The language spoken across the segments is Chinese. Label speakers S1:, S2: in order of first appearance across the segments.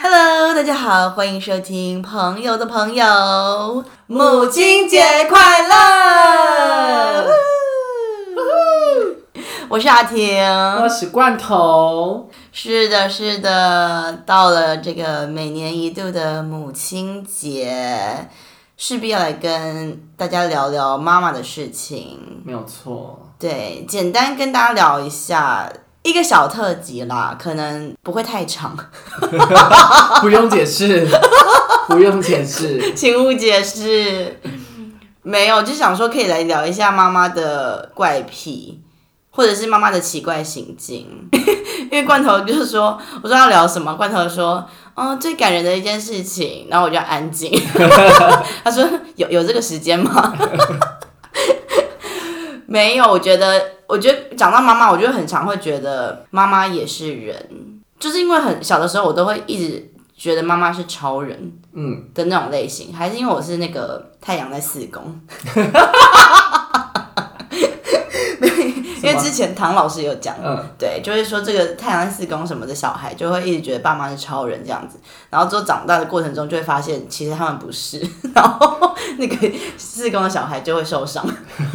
S1: Hello，大家好，欢迎收听《朋友的朋友》，
S2: 母亲节快乐！
S1: 我是阿婷。
S2: 我是罐头，
S1: 是的，是的，到了这个每年一度的母亲节，势必要来跟大家聊聊妈妈的事情。
S2: 没有错。
S1: 对，简单跟大家聊一下一个小特辑啦，可能不会太长，
S2: 不用解 释，不用解释。
S1: 请勿解释。没有，就想说可以来聊一下妈妈的怪癖，或者是妈妈的奇怪行径。 因为罐头就是说，我说要聊什么，罐头说，嗯，最感人的一件事情，然后我就安 静。他说有有这个时间吗？ 没有，我觉得，我觉得讲到妈妈，我就很常会觉得妈妈也是人，就是因为很小的时候，我都会一直觉得妈妈是超人。
S2: 嗯，
S1: 的那种类型，还是因为我是那个太阳在四宫。因为之前唐老师有讲，
S2: 嗯
S1: 对，就是说这个太阳在四宫什么的小孩，就会一直觉得爸妈是超人这样子，然后之后长大的过程中就会发现，其实他们不是， 然后那个四宫的小孩就会受伤。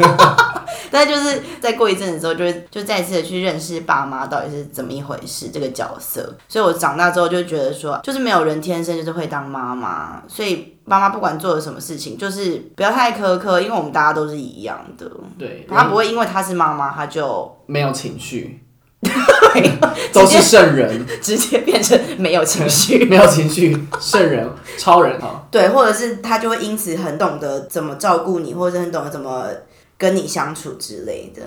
S1: 但就是再过一阵子之后，就会就再次的去认识爸妈到底是怎么一回事这个角色。所以我长大之后就觉得说，就是没有人天生就是会当妈妈，所以妈妈不管做了什么事情，就是不要太苛刻，因为我们大家都是一样的。
S2: 对，
S1: 她不会因为她是妈妈，她 就
S2: 没有情 绪，都是圣人，
S1: 直接变成没有情 绪。
S2: 没有情绪，圣人，超人好。
S1: 对，或者是他就会因此很懂得怎么照顾你，或者是很懂得怎么跟你相处之类的。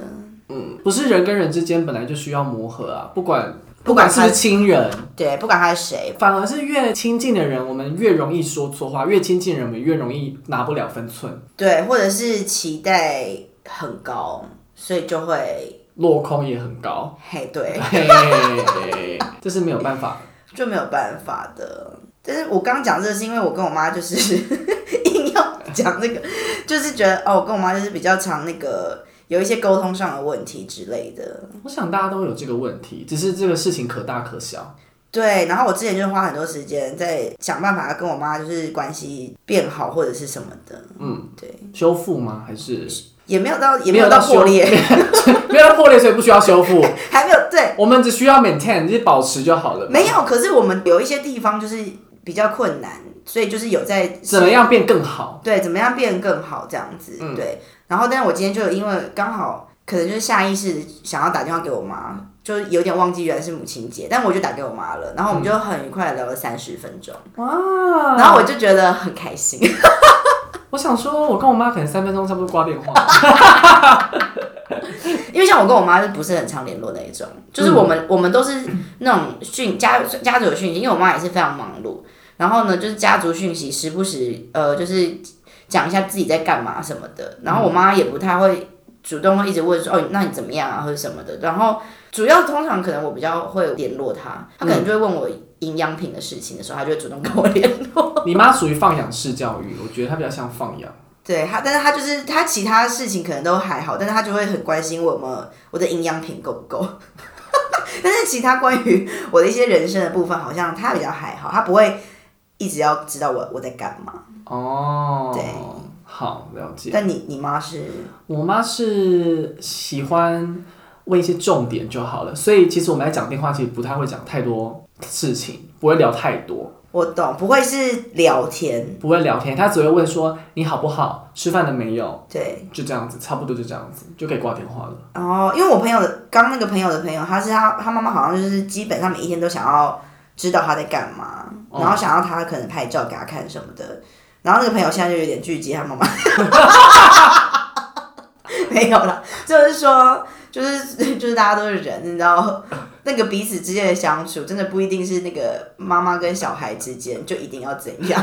S2: 嗯，不是人跟人之间本来就需要磨合啊，不管
S1: 不
S2: 不
S1: 管
S2: 管
S1: 他
S2: 是不是亲人，
S1: 对，不管他是谁，
S2: 反而是越亲近的人，我们越容易说错话；越亲近的人，我们越容易拿不了分寸，
S1: 对，或者是期待很高，所以就会
S2: 落空也很高。
S1: 嘿，对，
S2: 嘿，这是没有办法。
S1: 就没有办法的。但是我刚刚讲这个是因为我跟我妈就是 硬要讲那个，就是觉得哦，我跟我妈就是比较常那个有一些沟通上的问题之类的。
S2: 我想大家都有这个问题，只是这个事情可大可小。
S1: 对，然后我之前就花很多时间在想办法要跟我妈就是关系变好或者是什么的，
S2: 嗯，
S1: 对，
S2: 修复吗？还是
S1: 也没有到也
S2: 没有
S1: 有到
S2: 到
S1: 破
S2: 修
S1: 裂，
S2: 没有它破裂，所以不需要修复。
S1: 还没有对，
S2: 我们只需要 maintain，就是保持就好了。
S1: 没有。可是我们有一些地方就是比较困难，所以就是有在
S2: 怎么样变更好？嗯
S1: 对怎么样变得更好这样子，对。然后，但是我今天就因为刚好可能就是下意识想要打电话给我
S2: 嗯
S1: 妈，就有点忘记原来是母亲节，但我就打给我妈了，然后我们就很愉快的聊了三十分钟，
S2: 哇！
S1: 然后我就觉得很开心。
S2: 我想说，我跟我妈可能三分钟差不多挂电话。
S1: 因为像我跟我妈是不是很常联络那一种，就是我们、我们都是那种讯家家族的讯息，因为我妈也是非常忙碌，然后呢就是家族讯息时不时呃就是讲一下自己在干嘛什么的，然后我妈也不太会主动会一直问说哦那你怎么样啊或者什么的，然后主要通常可能我比较会联络她，她可能就会问我营养品的事情的时候，她就会主动跟我联络。
S2: 你妈属于放养式教育，我觉得她比较像放养。
S1: 对她，但是她就是她其他事情可能都还好，但是她就会很关心我们我的营养品够不够。 但是其他关于我的一些人生的部分，好像她比较还好，她不会一直要知道我我在干嘛。
S2: 哦，
S1: 对，
S2: 好了解。
S1: 但你你妈是
S2: 我妈是喜欢问一些重点就好了，所以其实我们在讲电话，其实不太会讲太多事情，不会聊太多，
S1: 我懂，不会是聊天，
S2: 不会聊天，她只会问说你好不好，吃饭了没有，
S1: 对。
S2: 就这样子，差不多就这样子就可以挂电话了。
S1: 然后哦因为我朋友的刚那个朋友的朋友，他是他他妈妈好像就是基本上每一天都想要知道他在干嘛，
S2: 哦
S1: 然后想要他可能拍照给他看什么的。然后那个朋友现在就有点拒接他妈 妈，没有啦，就是说，就是就是大家都是人，你知道，那个彼此之间的相处，真的不一定是那个妈妈跟小孩之间就一定要怎样。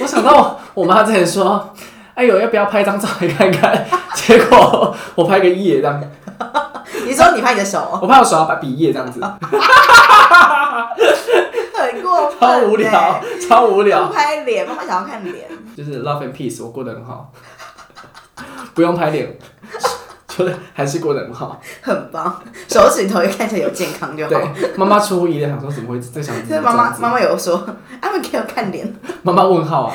S2: 我想到我我妈之前说，哎呦要不要拍张照来看看， 结果我拍个夜这样，
S1: 你说你拍你的手，哦
S2: 我拍我手要把比耶这样子，
S1: 很很过分、欸
S2: 超无聊，，超无聊。
S1: 拍脸，妈妈想要看脸。
S2: 就是 love and peace，我过得很好，不用拍脸，就是还是过得很好。
S1: 很棒，手指头也看起来有健康就好。
S2: 对，妈妈出乎意料，想说怎么会这小孩子
S1: 所以
S2: 这
S1: 妈
S2: 样
S1: 妈
S2: 子？
S1: 妈妈有说，他们给我看 脸，
S2: 妈妈问号啊，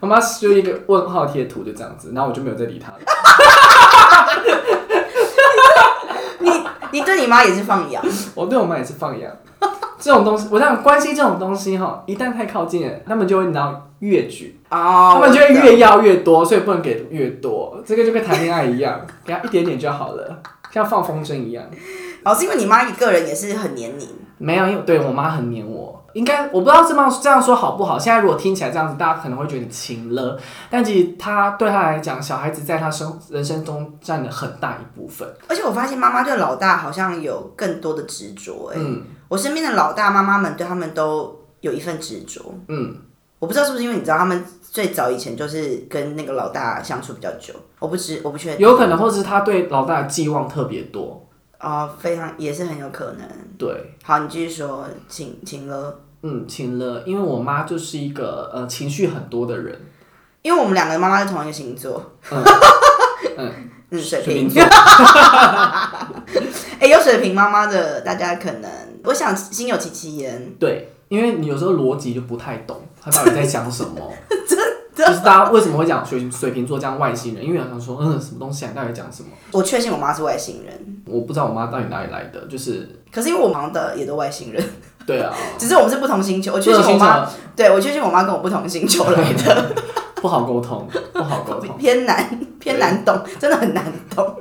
S2: 妈妈就一个问号贴图就这样子，然后我就没有再理他了。
S1: 你你对你妈也是放养，
S2: 我对我妈也是放养，这种东西，我想关系这种东西哈，一旦太靠近了，他们就会拿越举，
S1: 哦，
S2: 他们就会
S1: 我知道
S2: 越要越多，所以不能给越多，这个就跟谈恋爱一样，给他一点点就好了，像放风筝一样。
S1: 哦，是因为你妈一个人也是很黏你，
S2: 没有，因为对我妈很黏我。应该我不知道这么这样说好不好。现在如果听起来这样子，大家可能会觉得轻了，但其实她对她来讲，小孩子在她生人生中占了很大一部分。
S1: 而且我发现妈妈对老大好像有更多的执着、哎、
S2: 嗯
S1: 我身边的老大妈妈们对他们都有一份执着，
S2: 嗯，
S1: 我不知道是不是因为你知道他们最早以前就是跟那个老大相处比较久，我不知我不确定，
S2: 有可能，或者是她对老大的寄望特别多。
S1: 哦，非常也是很有可能。
S2: 对，
S1: 好，你继续说，请请了，
S2: 嗯，轻了，因为我妈就是一个呃情绪很多的人，
S1: 因为我们两个妈妈是同一个星座，
S2: 嗯，
S1: 嗯，水
S2: 水
S1: 瓶
S2: 瓶。座，
S1: 哎、有水瓶妈妈的，大家可能我想心有戚戚焉。
S2: 对，因为你有时候逻辑就不太懂，他到底在讲什 么。就是大家为什么会讲水水瓶座这样外星人？因为有人想说，嗯，什么东西啊？你到底讲什么？
S1: 我确信我妈是外星人，
S2: 我不知道我妈到底哪里来的，就是
S1: 可是因为我忙的也都外星人，
S2: 对啊，
S1: 只是我们是不同星球。我
S2: 我
S1: 确信我妈，
S2: 妈
S1: 对我确信我妈跟我不同星球 来的，
S2: 不好沟通，不好沟通。
S1: 偏难偏难懂，真的很难懂。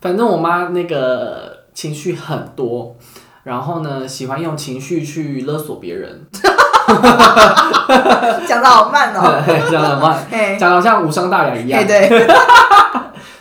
S2: 反正我妈那个情绪很多，然后呢，喜欢用情绪去勒索别人，
S1: 讲的好 慢哦、
S2: 这样的话，
S1: 嘿，
S2: 讲的像无伤大雅一样
S1: 嘿，。对，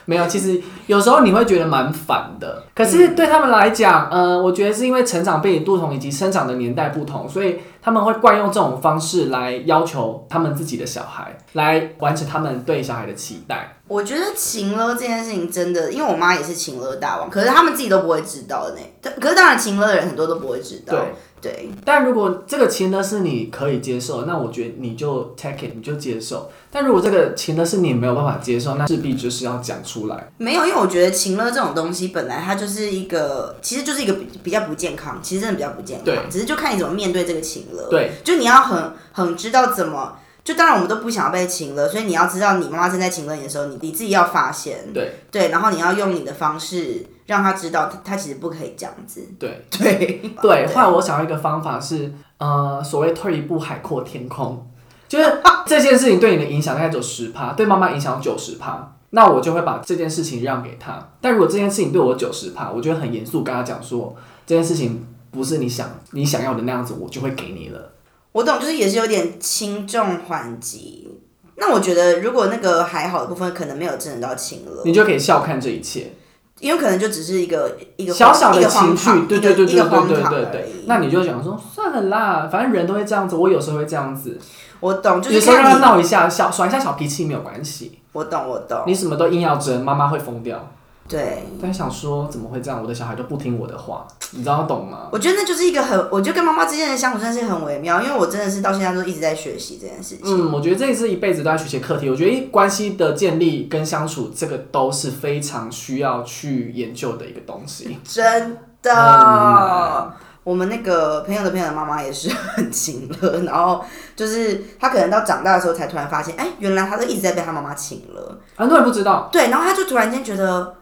S2: 没有，其实有时候你会觉得蛮烦的，可是对他们来讲，呃，我觉得是因为成长背景不同以及生长的年代不同，所以他们会惯用这种方式来要求他们自己的小孩，来完成他们对小孩的期待。
S1: 我觉得情勒这件事情真的，因为我妈也是情勒大王，可是他们自己都不会知道的呢。但可是当然，情勒的人很多都不会知道。
S2: 对，
S1: 对，
S2: 但如果这个情呢是你可以接受，那我觉得你就 take it，你就接受。但如果这个情呢是你没有办法接受，那势必就是要讲出来。
S1: 没有，因为我觉得情勒这种东西本来它就是一个，其实就是一个比比较不健康，其实真的比较不健
S2: 对
S1: 康，只是就看你怎么面对这个情勒。
S2: 对，
S1: 就你要很很知道怎么。就当然我们都不想要被情勒，所以你要知道你妈妈正在情勒你的时候，你你自己要发现，
S2: 对
S1: 对，然后你要用你的方式让她知道她，她其实不可以这样子。
S2: 对
S1: 对啊
S2: 对，后来我想到一个方法是，呃，所谓退一步海阔天空，就是 这件事情对你的影响大概只有十趴，对妈妈影响九十趴，那我就会把这件事情让给她。但如果这件事情对我九十趴，我就会很严肃跟她讲说，这件事情不是你想你想要的那样子，我就会给你了。
S1: 我懂，就是也是有点轻重缓急。那我觉得如果那个还好的部分，可能没有真的到情勒，
S2: 你就可以笑看这一切，
S1: 因为可能就只是一个一个
S2: 小小
S1: 一
S2: 的
S1: 个荒
S2: 情绪，
S1: 唐
S2: 对
S1: 一个
S2: 对对
S1: 一
S2: 对
S1: 个
S2: 对
S1: 荒
S2: 对
S1: 唐
S2: 对
S1: 而
S2: 对
S1: 已。
S2: 那你就想说算了啦，反正人都会这样子，我有时候会这样子，
S1: 我懂，就
S2: 有
S1: 是
S2: 时候让他
S1: 看你，
S2: 闹一下，小耍一下小脾气没有关系，
S1: 我懂，我懂，哎
S2: 你什么都硬要争，妈妈会疯掉。
S1: 对。
S2: 但想说怎么会这样？我的小孩都不听我的话，你知道懂吗？
S1: 我觉得那就是一个很，我觉得跟妈妈之间的相处真的是很微妙，因为我真的是到现在都一直在学习这件事情。
S2: 嗯，我觉得这是一辈子都要学习的课题。我觉得关系的建立跟相处，这个都是非常需要去研究的一个东西。
S1: 真的
S2: 嗯。
S1: 我们那个朋友的朋友的妈妈也是很情了，然后就是她可能到长大的时候才突然发现，哎、原来她都一直在被她妈妈请了，
S2: 很多人不知道，
S1: 对，然后她就突然间觉得，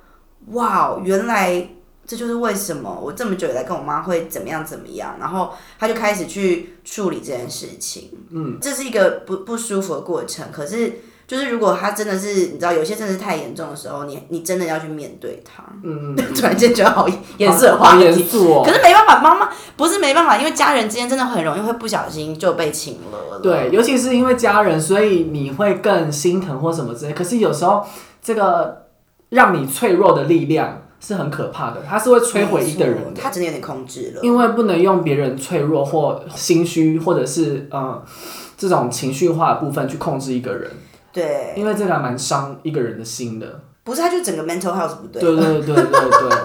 S1: 哇，哦原来这就是为什么我这么久以来跟我妈会怎么样怎么样，然后她就开始去处理这件事情，嗯，这是一个不不舒服的过程，可是就是如果她真的是你知道有些真的是太严重的时候，你你真的要去面对它，
S2: 嗯，
S1: 突然间觉得好严肃的话
S2: 好
S1: 题
S2: 严。肃哦。
S1: 可是没办法，妈妈不是没办法，因为家人之间真的很容易会不小心就被请了。，
S2: 对，尤其是因为家人，所以你会更心疼或什么之类。可是有时候这个让你脆弱的力量是很可怕的，它是会摧毁一个人的。
S1: 他真的有点控制了。
S2: 因为不能用别人脆弱或心虚，或者是呃这种情绪化的部分去控制一个人，
S1: 对，
S2: 因为这个还蛮伤一个人的心的。
S1: 不是他就整个 mental health 不对。
S2: 对对对对对，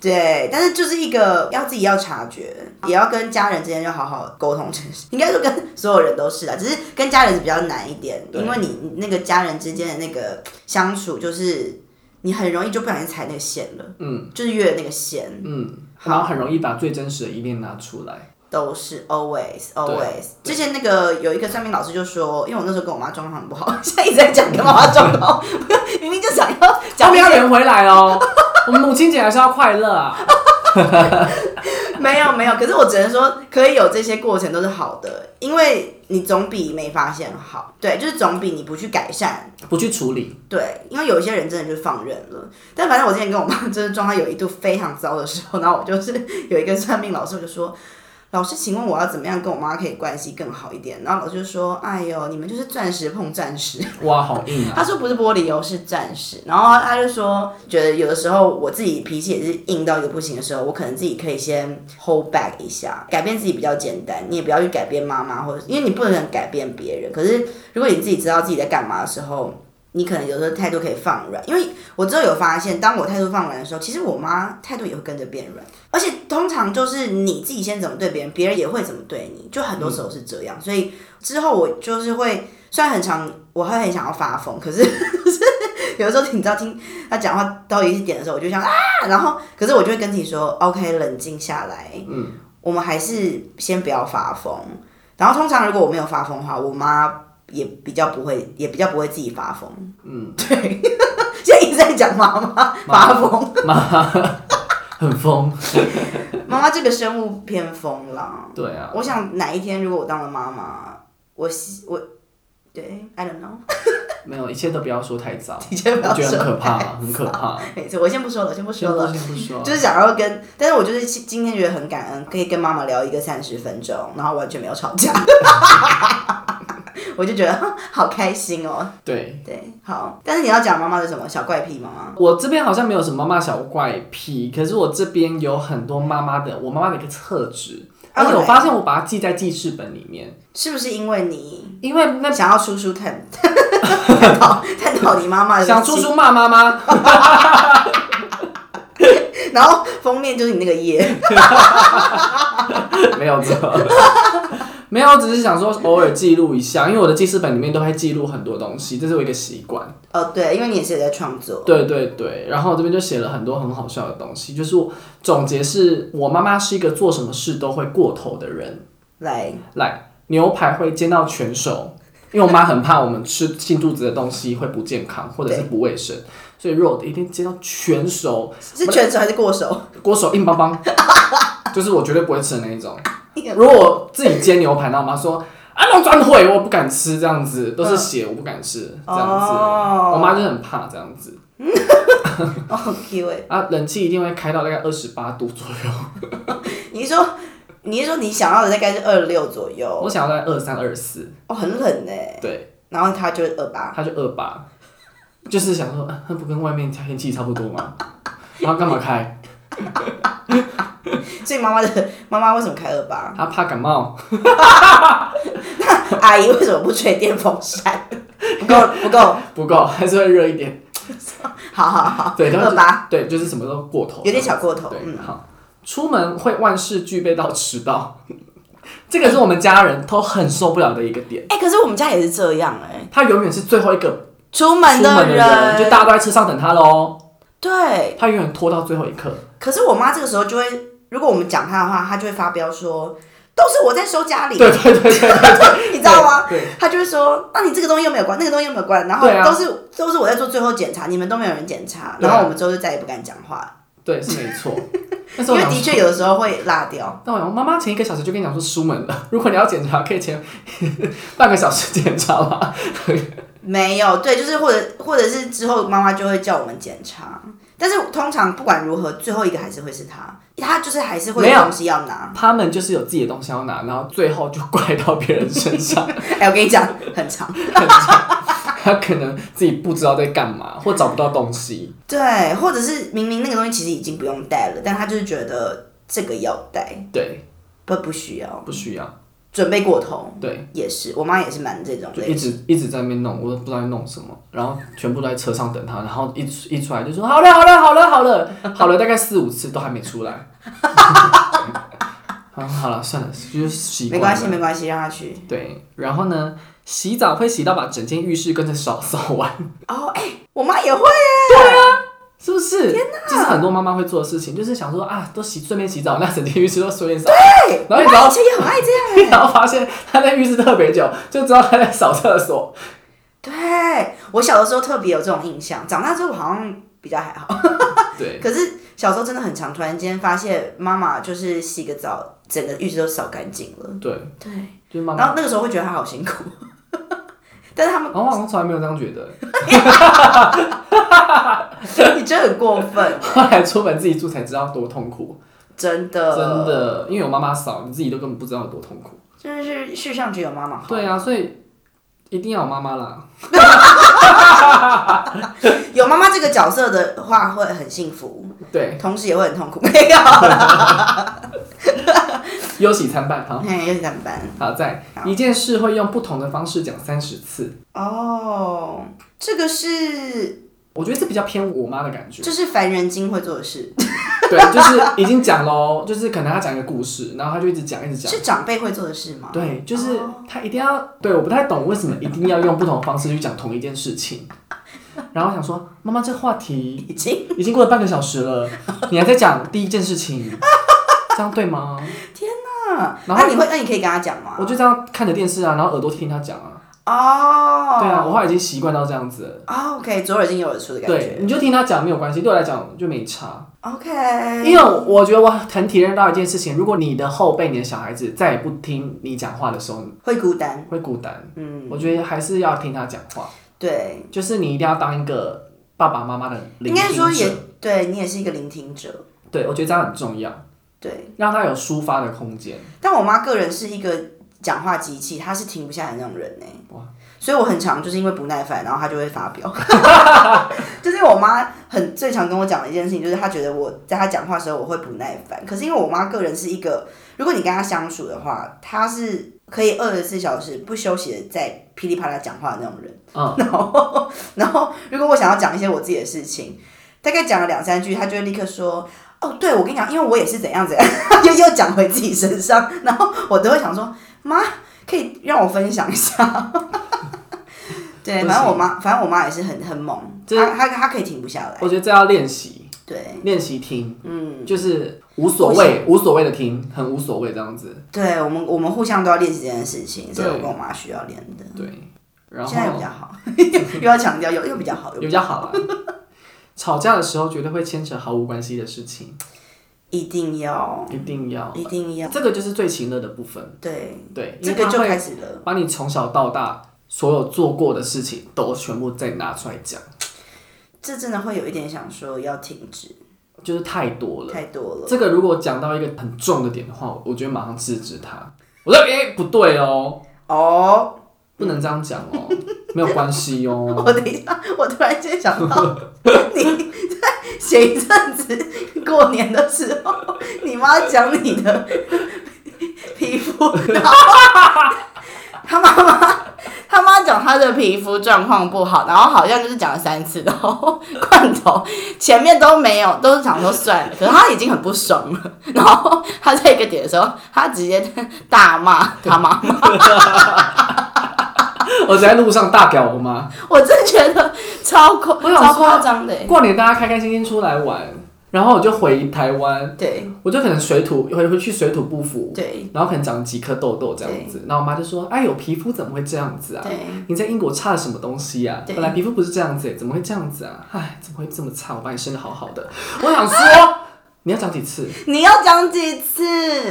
S1: 对，但是就是一个要自己要察觉，也要跟家人之间要好好沟通这件事。应该说跟所有人都是啊，只是跟家人比较难一点，
S2: 对
S1: 因为你你那个家人之间的那个相处，就是你很容易就不小心踩那个线了，
S2: 嗯
S1: 就是越那个线
S2: 嗯，
S1: 好
S2: 然后很容易把最真实的一面拿出来。
S1: 都是 always always。
S2: 对
S1: 之前那个有一个算命老师就说，因为我那时候跟我妈状况很不好， 现在一直在讲跟妈妈状况 好，明明就想要
S2: 后
S1: 讲
S2: 面
S1: 一
S2: 要
S1: 些
S2: 圆回来哦， 我们母亲节还是要快乐啊。
S1: 没有没有，可是我只能说，可以有这些过程都是好的，因为你总比没发现好。对，就是总比你不去改善。
S2: 不去处理，
S1: 对，因为有一些人真的就放任了。但反正我之前跟我妈真的状态有一度非常糟的时候，然后我就是有一个算命老师我就说。老师，请问我要怎么样跟我妈可以关系更好一点？然后老师就说：“哎呦，你们就是钻石碰钻石。”
S2: 哇，好硬啊！
S1: 他说不是玻璃油是暂时，然后他就说觉得有的时候我自己脾气也是硬到一个不行的时候，我可能自己可以先 hold back 一下，改变自己比较简单，你也不要去改变妈妈或者因为你不能改变别人，可是如果你自己知道自己在干嘛的时候。你可能有时候态度可以放软，因为我之后有发现，当我态度放软的时候，其实我妈态度也会跟着变软，而且通常就是你自己先怎么对别人，别人也会怎么对你，就很多时候是这样。所以之后我就是会虽然很常，我会很想要发疯，可是 有的时候你知道听他讲话到一点的时候，我就想啊，然后可是我就会跟自己说，OK，冷静下来，嗯，我们还是先不要发疯。然后通常如果我没有发疯的话，我妈也比较不会，也比较不会自己发疯。嗯，对，现在一直在讲妈妈发疯，
S2: 很疯，
S1: 妈妈这个生物偏疯啦。
S2: 对啊，
S1: 我想哪一天如果我当了妈妈，我希我对，I don't know，
S2: 没有，一切都不要说太 早，
S1: 你先不
S2: 我
S1: 要
S2: 觉
S1: 说
S2: 得很可怕，
S1: 太
S2: 很可怕。
S1: 没错，我先不说了，先不
S2: 先
S1: 说了。
S2: 不啊先不说，
S1: 就是想要跟，但是我就是今天觉得很感恩，可以跟妈妈聊一个三十分钟，然后完全没有吵架， 我就觉得哼好开心哦。
S2: 对。
S1: 对，好，但是你要讲妈妈的什么小怪癖吗？
S2: 啊我这边好像没有什么妈妈小怪癖，可是我这边有很多妈妈的，我妈妈的一个特质，而且我发现我把它记在记事本里面，
S1: 是不是因为你
S2: 因为
S1: 那想要叔叔探 探讨探讨你妈妈的
S2: 想
S1: 事
S2: 叔
S1: 情，
S2: 叔骂妈妈，
S1: 然后封面就是你那个页，
S2: 没有错， 没有，我只是想说偶尔记录一下，因为我的记事本里面都会记录很多东西，这是我一个习惯。
S1: 哦，对，因为你也是有在创作，
S2: 对对对，然后我这边就写了很多很好笑的东西，就是我总结是我妈妈是一个做什么事都会过头的人，
S1: 来，
S2: 来牛排会煎到全熟，因为我妈很怕我们吃进肚子的东西会不健康或者是不卫生，所以肉一定煎到全熟，哦
S1: 是全熟还是过熟？
S2: 锅手硬邦邦， 就是我绝对不会吃的那一种。如果我自己煎牛排，然后我妈说啊，弄转腿，我不敢吃，这样子都是血，我不敢吃，这样子，
S1: 哦
S2: 我妈就很怕这样子。
S1: 哦好 Q 哎，
S2: 啊，冷气一定会开到大概二十八度左右，
S1: 你是说你是说你想要的大概是二六左右，
S2: 我想要在二三二四，
S1: 哦，很冷哎、
S2: 对，
S1: 然后他就二八，
S2: 它就二八，就是想说，啊那不跟外面天气差不多吗？然后干嘛开？
S1: 所以妈妈的妈妈为什么开二八？
S2: 他怕感冒，
S1: 那阿姨为什么不吹电风扇？ 不够不够，
S2: 不够，还是会热一点。
S1: 好好好，
S2: 对，然后
S1: 二
S2: 就
S1: 八
S2: 对，就是什么都过头，
S1: 啊有点小过头，
S2: 对，
S1: 嗯，
S2: 好，出门会万事俱备到迟到，这个是我们家人都很受不了的一个点。
S1: 哎、可是我们家也是这样哎、
S2: 他永远是最后一个
S1: 出
S2: 出
S1: 门
S2: 门
S1: 的
S2: 的人，就大家都在车上等他喽。
S1: 对，
S2: 他永远拖到最后一刻。
S1: 可是我妈这个时候就会，如果我们讲她的话，她就会发飙说，都是我在收家里，
S2: 对对对对，
S1: 你知道吗？
S2: 对？
S1: 她就会说，那、你这个东西又没有关，那个东西又没有关，然后
S2: 对啊
S1: 都是、都是我在做最后检查，你们都没有人检查，
S2: 对
S1: 然
S2: 啊
S1: 后我们之后就再也不敢讲话，
S2: 对，是没 错。但
S1: 因
S2: 是我
S1: 为
S2: 想
S1: 的确有的时候会落掉。
S2: 但我想妈妈前一个小时就跟你讲说出门了， 如果你要检查，可以前 半个小时检查吧。
S1: 没有，对，就是或者或者是之后妈妈就会叫我们检查，但是通常不管如何，最后一个还是会是他，他就是还是会
S2: 没
S1: 有
S2: 有
S1: 东西要拿。
S2: 他们就是有自己的东西要拿，然后最后就怪到别人身上，
S1: 哎、我跟你讲，很长，
S2: 他可能自己不知道在干嘛，或找不到东西。
S1: 对，或者是明明那个东西其实已经不用带了，但他就是觉得这个要带，
S2: 对，
S1: 不不需要，
S2: 不需要。
S1: 准备过头，
S2: 对，
S1: 也是，我妈也是蛮这种
S2: 就
S1: 类
S2: 一直一直在那边弄，我都不知道在弄什么，然后全部都在车上等他，然后一出一出来就说好了好了好了好了好了，大概四五次都还没出来。好好了，算了，就是习
S1: 没
S2: 惯
S1: 关
S2: 了。
S1: 系，没关系，让她去。
S2: 对，然后呢，洗澡会洗到把整间浴室跟着扫扫完，
S1: 哦，哎、我妈也会，
S2: 是不是？天哪！这是很多妈妈会做的事情，就是想说啊，都洗顺便洗澡，那整间浴室都顺便扫。对然后你只
S1: 我妈
S2: 要
S1: 以前也很爱这样。
S2: 然后发现她在浴室特别久，就知道她在扫厕 所。
S1: 对我小的时候特别有这种印象，长大之后好像比较还好。
S2: 对，
S1: 可是小时候真的很常，突然间发现妈妈就是洗个澡，整个浴室都扫干净了。
S2: 对，
S1: 对，
S2: 就是妈妈。
S1: 然后那个时候会觉得她好辛苦， 但是他
S2: 哦我好像从来没有这样觉得。
S1: 们 你真的很过分，
S2: 后来出门自己住才知道多痛苦，
S1: 真
S2: 真
S1: 的，
S2: 的，因为有妈妈扫，你自己都根本不知道有多痛苦。
S1: 真的是世上只有妈妈好。
S2: 对啊，所以一定要有妈妈啦。
S1: 有妈妈这个角色的话，会很幸福，
S2: 对，
S1: 同时也会很痛苦。 没有啦，
S2: 忧喜参半哈。
S1: 嘿，又是怎么办？
S2: 好，在一件事会用不同的方式讲三十次，
S1: 哦，这个是
S2: 我觉得这比较偏我妈的感觉。
S1: 这是凡人精会做的事，
S2: 对，就是已经讲喽，就是可能她讲一个故事，然后她就一直讲，一直讲。
S1: 是长辈会做的事吗？
S2: 对，就是
S1: 哦
S2: 她一定要对，我不太懂为什么一定要用不同的方式去讲同一件事情。然后我想说，妈妈这话题
S1: 已经
S2: 已经过了半个小时了，你还在讲第一件事情，这样对吗？
S1: 啊，
S2: 然后
S1: 那你会，那你可以跟他讲吗？
S2: 我就这样看着电视啊，然后耳朵听他讲啊。
S1: 哦，
S2: 对啊，我后来已经习惯到这样子了。
S1: 哦，OK，左耳进右耳出的感觉
S2: 对，你就听他讲没有关系，对我来讲就没差，
S1: ，OK，
S2: 因为我觉得我很体验到一件事情：如果你的后辈、你的小孩子再也不听你讲话的时候，
S1: 会孤单，
S2: 会孤单。
S1: 嗯，
S2: 我觉得还是要听他讲话，
S1: 对，
S2: 就是你一定要当一个爸爸妈妈的
S1: 应
S2: 聆
S1: 该说
S2: 听
S1: 也
S2: 者。
S1: 对你也是一个聆听者，
S2: 对，我觉得这样很重要，
S1: 对，
S2: 让他有抒发的空间。
S1: 但我妈个人是一个讲话机器，她是停不下来那种人呢、
S2: 哇
S1: 所以我很常就是因为不耐烦，然后她就会发飙。 就是我妈很最常跟我讲的一件事情，就是她觉得我在她讲话的时候我会不耐烦。可是因为我妈个人是一个，如果你跟她相处的话，她是可以二十四小时不休息的在噼里啪啦讲话的那种人。
S2: 嗯，
S1: 然后，然后如果我想要讲一些我自己的事情，大概讲了两三句，他就会立刻说：“哦，对，我跟你讲，因为我也是怎样怎 样，又又讲回自己身上。”然后我都会想说：“妈，可以让我分享一下。” 对，
S2: 不行
S1: 反正啊我妈，反正我妈也是很很猛，
S2: 这
S1: 她她她可以停不下来。
S2: 我觉得这要练习，
S1: 对，
S2: 练习听。
S1: 嗯，
S2: 就是无所谓，无所谓的听，很无所谓这样子。
S1: 嗯对我们我们互相都要练习这件事情，这是我
S2: 对
S1: 跟我妈需要练的。
S2: 对，然
S1: 现在又
S2: 后
S1: 比较好， 又要强调又又比较好，又
S2: 有比较好了。 吵架的时候绝对会牵扯毫无关系的事情，
S1: 一定要
S2: 一定要。
S1: 哦一定要
S2: 这个就是最情乐的部分，
S1: 对，
S2: 对，因
S1: 这
S2: 为
S1: 个
S2: 它
S1: 就
S2: 会
S1: 开始了。
S2: 把你从小到大所有做过的事情都全部再拿出来讲，
S1: 这真的会有一点想说要停止，
S2: 就是太多了。
S1: 太多了。
S2: 这个如果讲到一个很重的点的话，我觉得马上制止他。我说，哎、不对哦，
S1: 哦，
S2: 不能这样讲哦，没有关系哦。
S1: 我等一下， 我突然间想到，你在前一阵子过年的时候，你妈讲你的皮肤，然后她妈妈。她妈讲她的皮肤状况不好，然后好像就是讲了三次，然后罐头前面都没有，都是想说算了，可是她已经很不爽了。然后她在一个点的时候，她直接大骂她妈妈。
S2: 我在路上大屌我妈。
S1: 我真觉得超夸
S2: 我想
S1: 超
S2: 说
S1: 夸张的欸，
S2: 过年大家开开心心出来玩，然后我就回台湾，
S1: 对
S2: 我就可能水土回回去水土不服，
S1: 对
S2: 然后可能长几颗痘痘这样子，然后我妈就说：“哎呦，皮肤怎么会这样子啊？
S1: 对，
S2: 你在英国差了什么东西啊？
S1: 对
S2: 本来皮肤不是这样子、怎么会这样子啊？哎，怎么会这么差？我把你生的好好的。” 我想说，你要讲几次？
S1: 你要讲几次？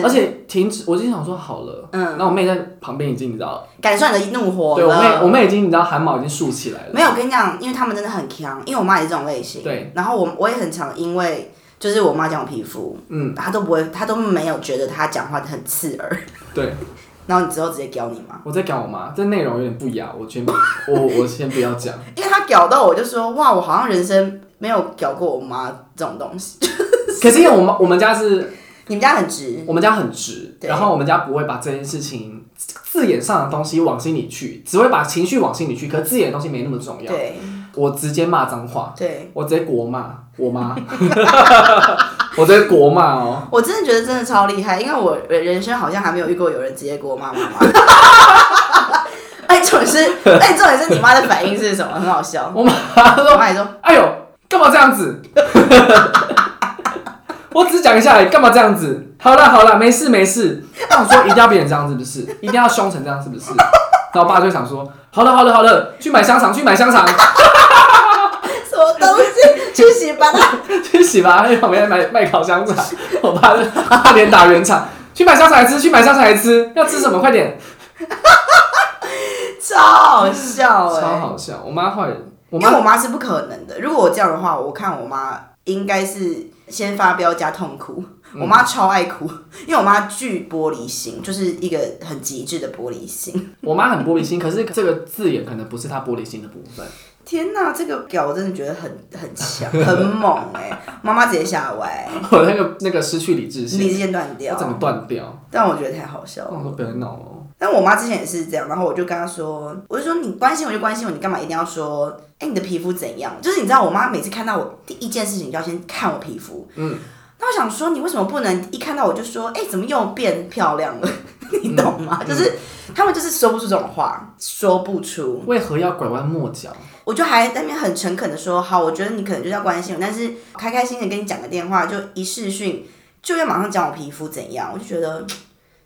S2: 而且停止，我就想说好了。
S1: 嗯
S2: 然后我妹在旁边已经你知道，
S1: 哦感受你的怒火
S2: 对我妹
S1: 了。
S2: 我妹已经你知道汗毛已经竖起来了。
S1: 没有，我跟你讲，因为他们真的很强，因为我妈也是这种类型。
S2: 对。
S1: 然后我我也很常因为就是我妈讲我皮肤，
S2: 嗯，
S1: 她都不会，她都没有觉得她讲话很刺耳。
S2: 对，
S1: 然后你之后直接屌你妈，
S2: 我在讲我妈，这内容有点不雅，我先我我先不要 讲。
S1: 因为她屌到我就说哇，我好像人生没有屌过我妈这种东西。
S2: 可是因为我们我们家是
S1: 你们家很直，
S2: 我们家很直，
S1: 对
S2: 然后我们家不会把这件事情字眼上的东西往心里去，只会把情绪往心里去，可字眼的东西没那么重要。
S1: 对
S2: 我直接骂脏话，
S1: 嗯对。
S2: 我直接国骂我妈， 我直接国骂哦。
S1: 我真的觉得真的超厉害，因为我人生好像还没有遇过有人直接给我骂妈 妈。哎，重点是，哎，重点是你妈的反应是什么？很好笑。
S2: 我妈
S1: 我
S2: 说
S1: 妈也说，：“
S2: 哎呦，干嘛这样子？” 我只讲一下，干嘛这样子？好啦好啦，没事没事。那我说一定要变成这样是不是？一定要凶成这样是不是？然后我爸就想说：“好了好了好了，去买香肠去买香肠。”
S1: 什么东西？去洗吧。
S2: 去洗吧，在旁边买卖烤香肠， 我爸就快点打圆场，去买香肠来吃，去买香肠来吃，要吃什么快点，
S1: 超好笑哎、
S2: 超好笑。我妈坏人，我
S1: 因为
S2: 妈
S1: 我妈是不可能的。如果我这样的话，我看我妈应该是先发飙加痛哭。我
S2: 嗯
S1: 妈超爱哭，因为我妈巨玻璃心，就是一个很极致的玻璃心。
S2: 我妈很玻璃心，可是这个字眼可能不是她玻璃心的部分。
S1: 天哪，这个屌我真的觉得很很强，很猛哎、妈妈直接吓歪，
S2: 我那个那个失去理智
S1: 理
S2: 性，
S1: 智线断掉
S2: 我。整个断掉。
S1: 但我觉得太好笑
S2: 我
S1: 了。
S2: 说不要闹哦了，
S1: 但我妈之前也是这样，然后我就跟她说，我就说你关心我就关心我，你干嘛一定要说，哎、你的皮肤怎样？就是你知道，我妈每次看到我第一件事情就要先看我皮肤，
S2: 嗯，
S1: 那我想说，你为什么不能一看到我就说，哎、怎么又变漂亮了？ 你懂
S2: 嗯
S1: 吗？就是他们就是说不出这种话，说不出。
S2: 为何要拐弯抹角？
S1: 我就还在那边很诚恳的说，好，我觉得你可能就是要关心我，但是开开心心的跟你讲个电话，就一视讯就要马上讲我皮肤怎样，我就觉得，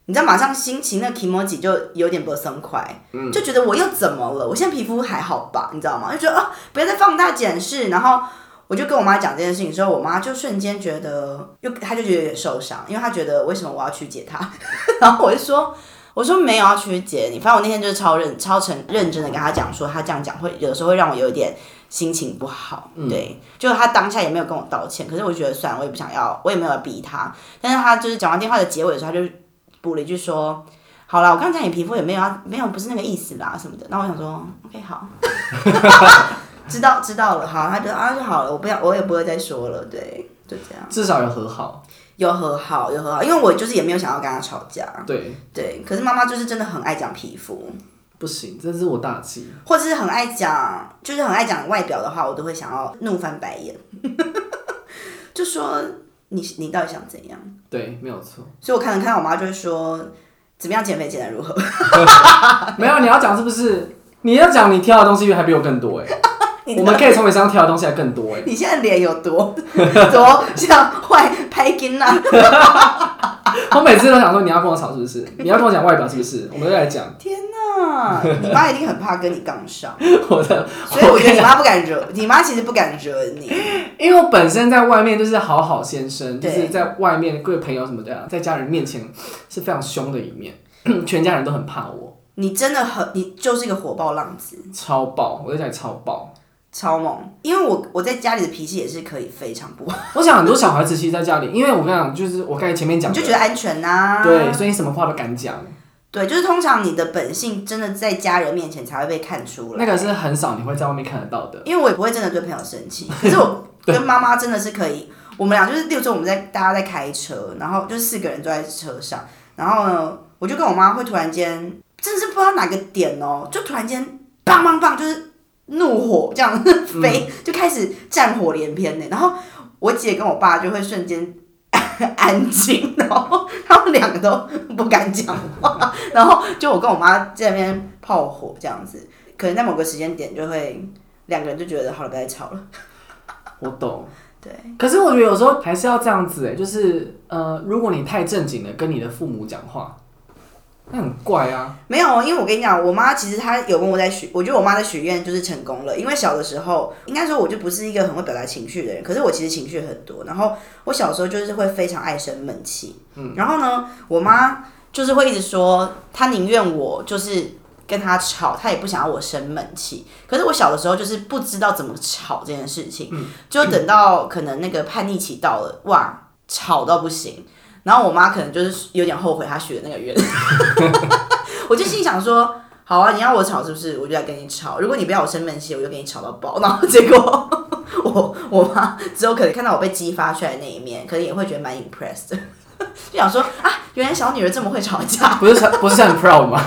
S1: 你知道，马上心情那 i m o j i 就有点不松快，嗯就觉得我又怎么了？我现在皮肤还好吧？你知道吗？就觉得啊，不要再放大检视，然后。我就跟我妈讲这件事情之后，我妈就瞬间觉得，又她就觉得有点受伤，因为她觉得为什么我要曲解她？ 然后我就说，我说没有要曲解你，反正我那天就是超认、超诚认真的跟他讲说，他这样讲会有的时候会让我有一点心情不好，对，就他当下也没有跟我道歉，可是我觉得算了，我也不想要，我也没有要逼他，但是他就是讲完电话的结尾的时候，他就补了一句说。好啦，我刚才你皮肤也没有要，没有不是那个意思啦什么的。那我想说，OK 好， 知道知道了，好，他就啊就好了，我不要，我也不会再说了，对，啊就这样，
S2: 至少要和好。
S1: 有和好有和好，因为我就是也没有想要跟他吵架，
S2: 对，
S1: 对，啊可是妈妈就是真的很爱讲皮肤，
S2: 不行，这是我大忌。
S1: 或者是很爱讲，就是很爱讲外表的话，我都会想要怒翻白眼， 就说你你到底想怎样？
S2: 对，没有错。
S1: 所以我可能看到我妈就会说，怎么样减肥减得如何？
S2: 没有，你要讲是不是？你要讲你挑的东西还比我更多哎、
S1: 你
S2: 我们可以从你身上挑的东西还更多哎、
S1: 你现在脸有多 多像坏拍筋啊！
S2: 我每次都想说你要跟我吵是 不是？你要跟我讲外表是不是？我们就来讲
S1: 天哪，啊你妈一定很怕跟你杠 上，
S2: 我的，
S1: 所以我觉得你妈不敢惹，你妈其实不敢惹你。
S2: 因为我本身在外面就是好好先生，就
S1: 对
S2: 是在外面各位朋友什么这样，在家人面前是非常凶的一面， 全家人都很怕我，
S1: 你真的很，你就是一个火爆浪子，
S2: 超爆，我在家里超爆。
S1: 超猛！因为我我在家里的脾气也是可以非常不好，
S2: 我想很多小孩子其实在家里，因为我跟你讲，就是我刚才前面讲
S1: 你
S2: 的
S1: 就，啊觉得安全呐、
S2: 对，所以你什么话都敢讲，
S1: 对，就是通常你的本性真的在家人面前才会被看出来。
S2: 那个是很少你会在外面看得到的。
S1: 因为我也不会真的对朋友生气， 可是我跟妈妈真的是可以，我们俩就是，例如说我们在大家在开车，然后就四个人坐在车上，然后呢，我就跟我妈会突然间，真的是不知道哪个点哦，就突然间棒棒棒，就是怒火这样飞，就开始战火连篇呢。然后我姐跟我爸就会瞬间 安静，然后他们两个都不敢讲话，然后就我跟我妈在那边炮火这样子，可能在某个时间点就会。两个人就觉得好了，不要再吵了。
S2: 我懂。
S1: 对，
S2: 可是我觉得有时候还是要这样子哎、就是呃，如果你太正经的跟你的父母讲话，那很怪啊。
S1: 没有，因为我跟你讲，我妈其实她有跟我在许，我觉得我妈的许愿就是成功了。因为小的时候，应该说我就不是一个很会表达情绪的人，可是我其实情绪很多。然后我小时候就是会非常爱生闷气，嗯，然后呢，我妈就是会一直说，她宁愿我就是跟她吵，她也不想要我生闷气。可是我小的时候就是不知道怎么吵这件事情，就等到可能那个叛逆期到了，哇，吵到不行。然后我妈可能就是有点后悔她许的那个愿。 我就心想说，好啊，你要我吵是不是？我就来跟你吵。如果你不要我生闷气，我就跟你吵到爆。然后结果我我妈之后可能看到我被激发出来的那一面，可能也会觉得蛮 impressed 的。就想说啊，原来小女儿这么会吵架，
S2: 不是像不是像你 proud 吗？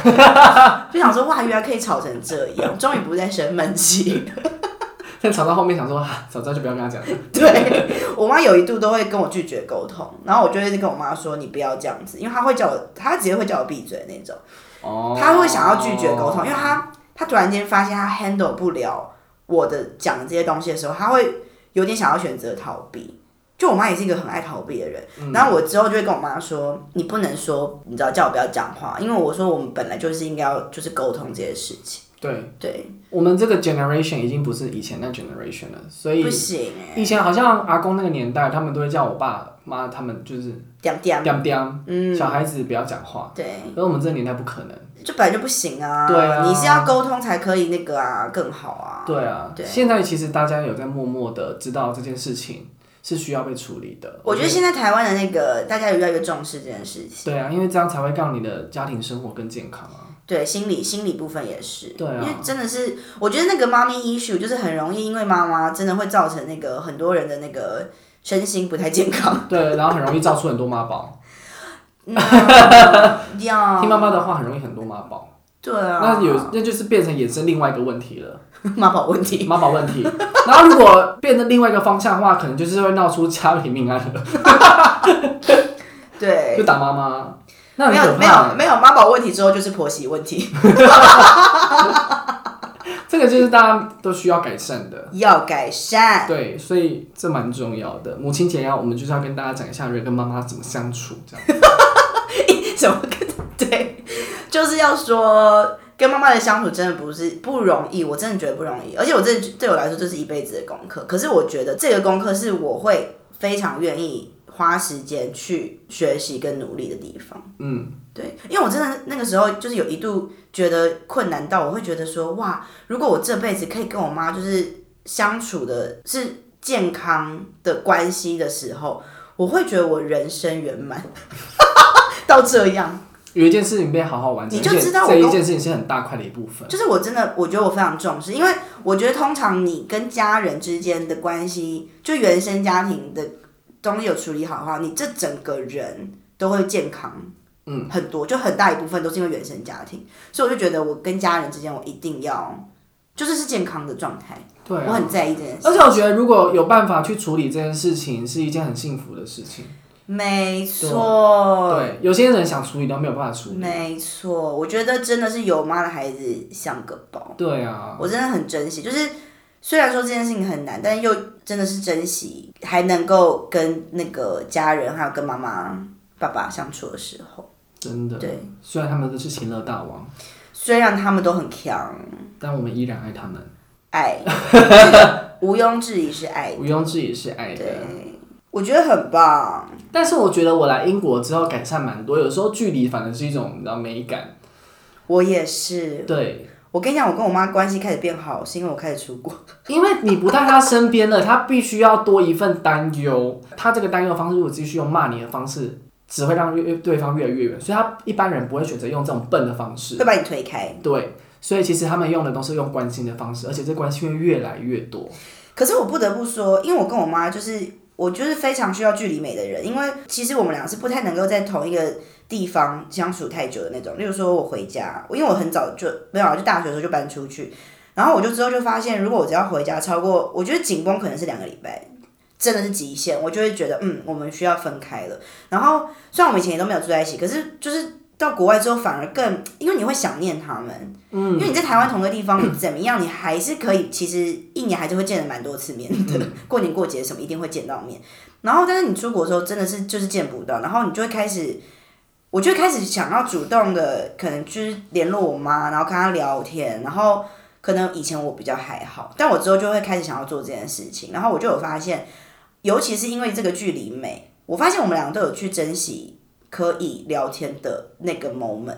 S1: 就想说哇，原来可以吵成这样，终于不再生闷气。
S2: 但吵到后面想说，啊早知道就不要跟他讲了。
S1: 对我妈有一度都会跟我拒绝沟通，然后我就会跟我妈说你不要这样子，因为她会叫我，她直接会叫我闭嘴那种。
S2: 哦，
S1: 他会想要拒绝沟通，因为他他突然间发现他 handle 不了我的讲这些东西的时候，他会有点想要选择逃避。就我妈也是一个很爱逃避的人，
S2: 嗯
S1: 然后我之后就会跟我妈说，你不能说，你知道叫我不要讲话，因为我说我们本来就是应该要就是沟通这些事情，
S2: 对
S1: 对，
S2: 我们这个 generation 已经不是以前那 generation 了，所以
S1: 不行哎、
S2: 以前好像阿公那个年代，他们都会叫我爸妈，他们就是
S1: 欸，嗲嗲，
S2: 嗲嗲，
S1: 嗯，
S2: 小孩子不要讲话。
S1: 对，
S2: 可是我们这个年代不可能。
S1: 就本来就不行啊，
S2: 对啊
S1: 你是要沟通才可以那个啊，更好啊，
S2: 对啊，
S1: 对
S2: 现在其实大家有在默默的知道这件事情是需要被处理的。
S1: 我觉得现在台湾的那个大家也越来越重视这件事情。
S2: 对啊，因为这样才会让你的家庭生活更健康啊。
S1: 对，心理心理部分也是，
S2: 对啊
S1: 因为真的是，我觉得那个妈咪 issue 就是很容易，因为妈妈真的会造成那个很多人的那个身心不太健康。嗯
S2: 对，然后很容易造出很多妈宝，
S1: 呀，
S2: 听妈妈的话很容易很多妈宝。
S1: 对啊，
S2: 那有那就是变成衍生另外一个问题了。
S1: 妈宝问题，
S2: 妈宝问题。 然后如果变成另外一个方向的话，可能就是会闹出家庭命案了，
S1: 对，
S2: 就打妈妈，那很
S1: 没
S2: 可
S1: 有没
S2: 怕
S1: 有
S2: 欸。
S1: 没有妈宝问题之后就是婆媳问题，
S2: 这个就是大家都需要改善的。
S1: 要改善。
S2: 对，所以这蛮重要的。母亲节要我们就是要跟大家讲一下人跟妈妈怎么相处，这样。
S1: 什么跟对，就是要说跟妈妈的相处真的不是不容易，我真的觉得不容易，而且我这对我来说这是一辈子的功课。可是我觉得这个功课是我会非常愿意花时间去学习跟努力的地方。
S2: 嗯，
S1: 对，因为我真的那个时候就是有一度觉得困难到，我会觉得说，哇，如果我这辈子可以跟我妈就是相处的是健康的关系的时候，我会觉得我人生圆满， 到这样。
S2: 有一件事情被好好完成，
S1: 你就
S2: 而且
S1: 知道我
S2: 这一
S1: 跟
S2: 件事情是很大块的一部分。
S1: 就是我真的，我觉得我非常重视，因为我觉得通常你跟家人之间的关系，就原生家庭的东西有处理好的话，你这整个人都会健康。嗯，很多就很大一部分都是因为原生家庭，所以我就觉得我跟家人之间，我一定要就是是健康的状态，
S2: 对
S1: 我
S2: 啊，
S1: 很在意这件事。
S2: 而且我觉得如果有办法去处理这件事情，是一件很幸福的事情。
S1: 没错，
S2: 对，啊有些人想处理都没有办法处理。
S1: 哦没错，我觉得真的是有妈的孩子像个宝。
S2: 对啊，
S1: 我真的很珍惜，就是虽然说这件事情很难，但又真的是珍惜，还能够跟那个家人还有跟妈妈、爸爸相处的时候。
S2: 真的。
S1: 对，
S2: 虽然他们都是情乐大王。
S1: 虽然他们都很强，
S2: 但我们依然爱他们，
S1: 爱，毋庸置疑是爱。
S2: 毋庸置疑是爱的。
S1: 对，我觉得很棒。
S2: 但是我觉得我来英国之后改善蛮多，有时候距离反而是一种你知道美感。
S1: 我也是，
S2: 对，
S1: 我跟你讲，我跟我妈关系开始变好，是因为我开始出国。
S2: 因为你不在他身边了，他必须要多一份担忧。他这个担忧的方式，如果继续用骂你的方式，只会让越对方越来越远。所以他一般人不会选择用这种笨的方式。
S1: 会把你推开。
S2: 对，所以其实他们用的都是用关心的方式，而且这关心会越来越多。
S1: 可是我不得不说，因为我跟我妈就是我就是非常需要距离美的人，因为其实我们俩是不太能够在同一个地方相处太久的那种。例如说，我回家，因为我很早就没有啊，就大学的时候就搬出去，然后我就之后就发现，如果我只要回家超过，我觉得紧绷可能是两个礼拜。真的是极限，我就会觉得，嗯，我们需要分开了。然后虽然我们以前也都没有住在一起，可是就是到国外之后反而更，因为你会想念他们，嗯，因为你在台湾同个地方，你怎么样，你还是可以，其实一年还是会见了蛮多次面的，过年过节什么一定会见到面。然后，但是你出国的时候真的是就是见不到，然后你就会开始，我就会开始想要主动的，可能就是联络我妈，然后跟她聊天，然后可能以前我比较还好，但我之后就会开始想要做这件事情，然后我就有发现，尤其是因为这个距离美，我发现我们两个都有去珍惜可以聊天的那个 moment。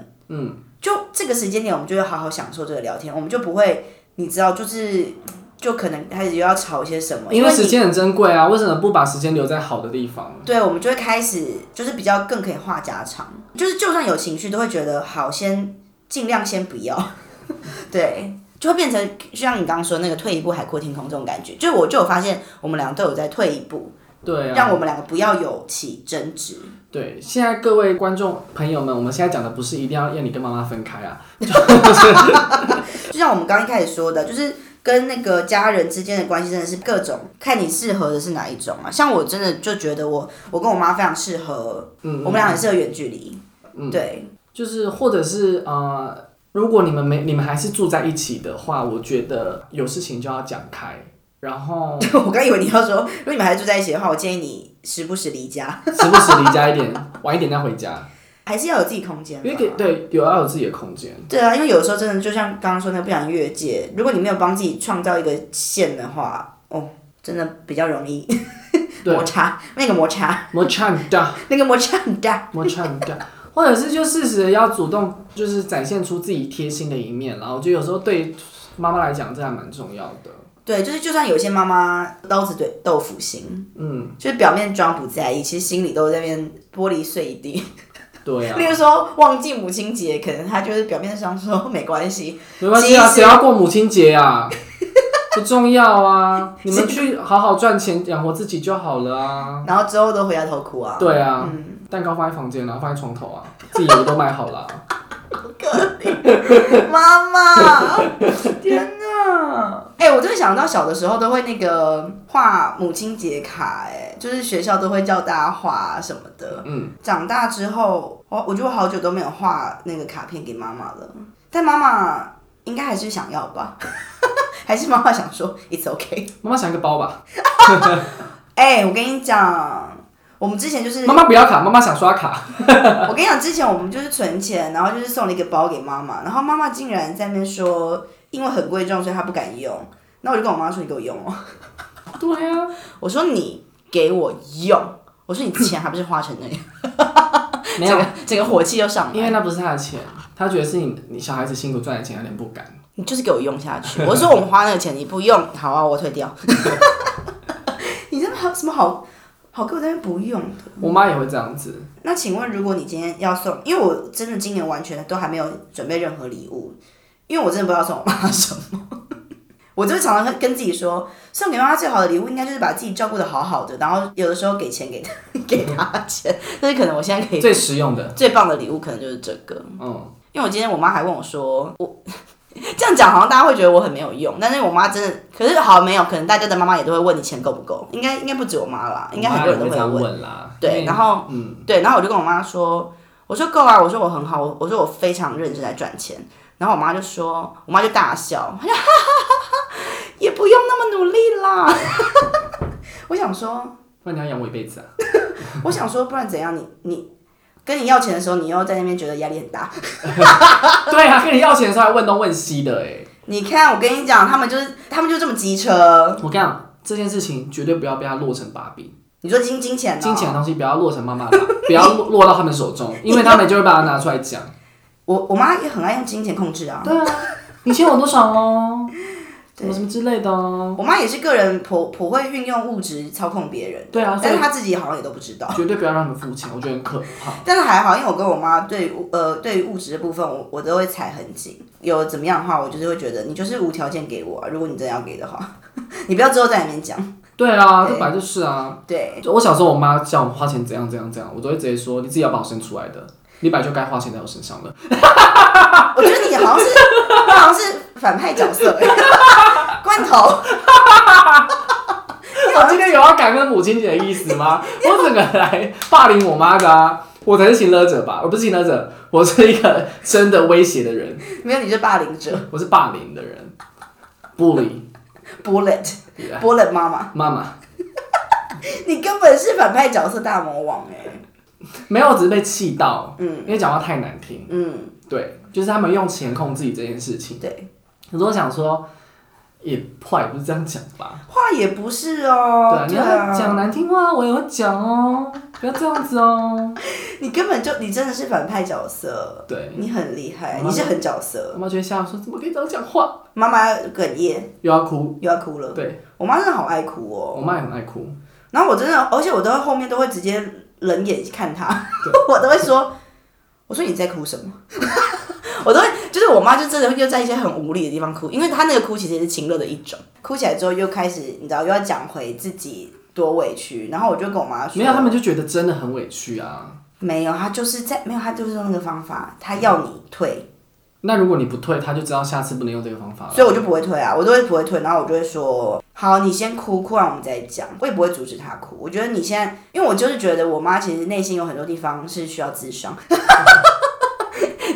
S1: 就这个时间点，我们就会好好享受这个聊天，我们就不会，你知道，就是就可能开始又要吵一些什么，
S2: 因
S1: 因
S2: 为
S1: 你
S2: 时间很珍贵啊，为什么不把时间留在好的地方？
S1: 对，我们就会开始就是比较更可以话家常，就是就算有情绪，都会觉得好，先尽量先不要， 对，就会变成就像你刚刚说那个退一步海阔天空这种感觉，就我就有发现，我们俩都有在退一步，
S2: 对啊，
S1: 让我们两个不要有起争执。
S2: 对，现在各位观众朋友们，我们现在讲的不是一定要要你跟妈妈分开啊，就是
S1: 就像我们刚刚一开始说的，就是跟那个家人之间的关系真的是各种，看你适合的是哪一种啊。像我真的就觉得我我跟我妈非常适合，
S2: 嗯，
S1: 我们俩很适合远距离。
S2: 嗯
S1: 对，
S2: 就是或者是呃，如果你们没你们还是住在一起的话，我觉得有事情就要讲开，然后
S1: 我刚以为你要说，如果你们还住在一起的话，我建议你时不时离家，
S2: 时不时离家一点， 晚一点再回家，
S1: 还是要有自己空间
S2: 因为
S1: 吧。
S2: 给对有要有自己的空间。
S1: 对啊，因为有时候真的就像刚刚说那个不想越界，如果你没有帮自己创造一个线的话，哦，真的比较容易
S2: 对
S1: 摩 擦，那个摩擦，
S2: 摩擦很大，
S1: 那个摩擦很大。
S2: 摩擦很大，或者是就适时的要主动，就是展现出自己贴心的一面啦。我觉得有时候对妈妈来讲，这还蛮重要的。
S1: 对，就是就算有些妈妈刀子嘴豆腐心，
S2: 嗯，
S1: 就是表面装不在意，其实心里都在那边玻璃碎一地。
S2: 对啊，
S1: 例如说忘记母亲节，可能她就是表面上说没关系，
S2: 没关系啊，
S1: 其实
S2: 谁要过母亲节 啊？不重要啊，你们去好好赚钱养活自己就好了啊。
S1: 然后之后都回家偷哭啊。
S2: 对啊，蛋糕放在房间，然后放在床头啊，自己油都买好 了啊、
S1: 妈妈，天哪！哎、我真的想到小的时候都会那个画母亲节卡、哎，就是学校都会叫大家画啊什么的。
S2: 嗯，
S1: 长大之后，我我觉得我好久都没有画那个卡片给妈妈了，但妈妈应该还是想要吧， 还是妈妈想说 it's okay。
S2: 妈妈想一个包吧，
S1: 哎、我跟你讲，我们之前就是
S2: 妈妈不要卡，妈妈想刷卡。
S1: 我跟你讲，之前我们就是存钱，然后就是送了一个包给妈妈，然后妈妈竟然在那边说，因为很贵重，所以她不敢用。那我就跟我妈说：“你给我用哦。
S2: 对啊，”
S1: 我说：“你给我用。”我说：“你钱还不是花成那样？”
S2: 没有
S1: 整，个 整个火气又上
S2: 因
S1: 来，
S2: 为那不是他的钱，他觉得是你你小孩子辛苦赚的钱，有点不敢。
S1: 你就是给我用下去。我说：“我们花那个钱你不用，好啊，我退掉。” 你这边还有什么好好给我在那边不用的？
S2: 我妈也会这 样子，
S1: 那请问，如果你今天要送，因为我真的今年完全都还没有准备任何礼物，因为我真的不知道送我妈什么。 我就常常会跟自己说，送给妈妈最好的礼物应该就是把自己照顾的好好的，然后有的时候给钱给她， 给她钱。但是可能我现在可以
S2: 最实用的。
S1: 最棒的礼物可能就是这个，
S2: 嗯，
S1: 因为我今天我妈还问我说，我 这样讲好像大家会觉得我很没有用，但是我妈真的，可是好没有，可能大家的妈妈也都会问你钱够不够，应该应该不止我妈啦，应该很多人
S2: 嗯我
S1: 都
S2: 妈也会这
S1: 会
S2: 样
S1: 问。
S2: 问啦。因
S1: 对，
S2: 为
S1: 然后
S2: 嗯，
S1: 对，然后我就跟我妈说，我说够啊，我说我很好，我我说我非常认真在赚钱。然后我妈就说，我妈就大笑，她就哈哈哈哈，也不用那么努力啦。 我想说，
S2: 不然你要养我一辈子啊？
S1: 我想说，不然怎样？你你跟你要钱的时候，你又在那边觉得压力很大。
S2: 对啊，跟你要钱的时候还问东问西的哎、
S1: 你看，我跟你讲，他们就是他们就这么机车。
S2: 我跟你讲，这件事情绝对不要被他落成把柄。
S1: 你说金金钱、哦，
S2: 金钱的东西不要落成妈妈的把柄，不要落落到他们手中，因为他们就会把它拿出来讲。
S1: 我我妈也很爱用金钱控制啊。
S2: 对啊，你欠我多少哦？什么什么之类的哦？
S1: 我妈也是个人颇颇会运用物质操控别人，
S2: 对啊，所
S1: 但
S2: 以
S1: 是她自己好像也都不知道。
S2: 绝对不要让他们付钱，我觉得很可怕。
S1: 但是还好，因为我跟我妈对物呃对于物质的部分，我我都会踩很紧。有怎么样的话，我就是会觉得你就是无条件给我啊、如果你真的要给的话， 你不要之后在里面讲。
S2: 对啊，
S1: 对
S2: 这本来就是啊。
S1: 对，
S2: 就我小时候，我妈叫我花钱怎样怎样怎样，我都会直接说你自己要把我生出来的，你本来就该花钱在我 身上了。
S1: 我觉得你好像是，你好像是反派角色、 罐头。
S2: 我今啊天有要感恩母亲节的意思吗？我整个来霸凌我妈的啊！我才是行勒者吧？我不是行勒者，我是一个真的威胁的人，
S1: 没有，你是霸凌者
S2: 我是霸凌的人，bully
S1: ，Bullet Bullet 妈妈，
S2: 妈妈。
S1: 你根本是反派角色大魔王哎、
S2: 没有，我只是被气到，
S1: 嗯
S2: 因为讲话太难听。
S1: 嗯，
S2: 对，就是他们用钱控制自己这件事情。
S1: 对，
S2: 可是我想说，也坏不是这样讲吧？
S1: 话也不是哦、
S2: 对啊，你要讲难听话，我也会讲哦，不要这样子哦。
S1: 你根本就你真的是反派角色，
S2: 对，
S1: 你很厉害，
S2: 妈妈
S1: 你是狠角色。
S2: 我妈就会笑说，怎么可以这样讲话？
S1: 妈妈哽咽，
S2: 又要哭。
S1: 又要哭了。
S2: 对，
S1: 我妈真的好爱哭哦。
S2: 我妈也很爱哭。
S1: 然后我真的，而且我都会后面都会直接冷眼看她， 我都会说，我说你在哭什么？ 我都会，就是我妈就真的又在一些很无理的地方哭，因为她那个哭其实也是情乐的一种，哭起来之后又开始，你知道又要讲回自己多委屈，然后我就跟我妈说，
S2: 没有，他们就觉得真的很委屈啊。
S1: 没有，他就是在没有，他就是用那个方法，他要你退，
S2: 那如果你不退，他就知道下次不能用这个方法了。
S1: 所以我就不会退啊，我都会不会退，然后我就会说，好，你先哭，哭完我们再讲，我也不会阻止他哭。我觉得你现在，因为我就是觉得我妈其实内心有很多地方是需要自伤。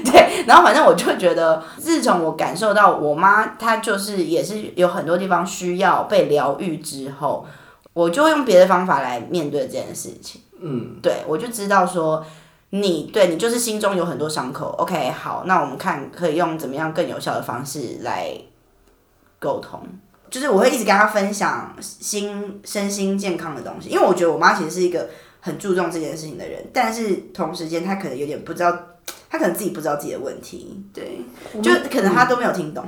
S1: 对，然后反正我就觉得，自从我感受到我妈她就是也是有很多地方需要被疗愈之后，我就会用别的方法来面对这件事情。
S2: 嗯，
S1: 对，我就知道说你对你就是心中有很多伤口。OK，好，那我们看可以用怎么样更有效的方式来沟通。就是我会一直跟他分享心身心健康的东西，因为我觉得我妈其实是一个很注重这件事情的人，但是同时间她可能有点不知道，她可能自己不知道自己的问题，对，就可能她都没有听懂，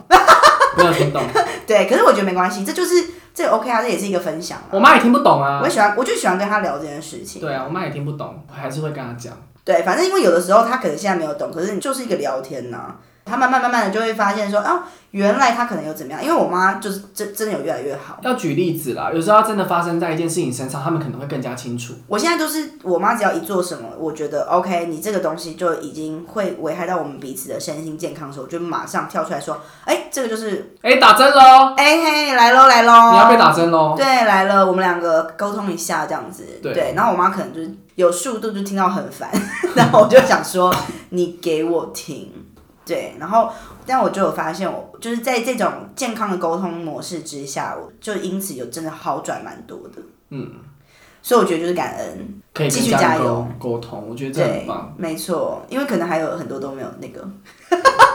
S2: 没有 听懂，
S1: 对。可是我觉得没关系，这就是这也 OK 啊，这也是一个分享啊。
S2: 我妈也听不懂啊
S1: 我。喜欢，我就喜欢跟她聊这件事情。
S2: 对啊，我妈也听不懂，我还是会跟她讲。
S1: 对，反正因为有的时候他可能现在没有懂，可是你就是一个聊天呐、他慢慢慢慢的就会发现说，哦，原来他可能有怎么样，因为我妈就是真真的有越来越好。
S2: 要举例子啦，有时候真的发生在一件事情身上，他们可能会更加清楚。
S1: 我现在就是我妈只要一做什么，我觉得 OK，你这个东西就已经会危害到我们彼此的身心健康的时候，我就马上跳出来说，哎，这个就是，哦
S2: 哎、打针喽！
S1: 哎嘿，来喽来
S2: 你要被
S1: 喽，
S2: 打针喽！
S1: 对，来了，我们两个沟通一下这样子，
S2: 哦对
S1: 对，然后我妈可能就是有速度就听到很烦， 然后我就想说，你给我听。对，然后但我就有发现我，就是在这种健康的沟通模式之下，我就因此有真的好转蛮多的。嗯，所以我觉得就是感恩，
S2: 可以
S1: 继
S2: 跟
S1: 续
S2: 家
S1: 加
S2: 人
S1: 油
S2: 沟沟通，我觉得这很
S1: 对
S2: 棒，，
S1: 没错，因为可能还有很多都没有那个，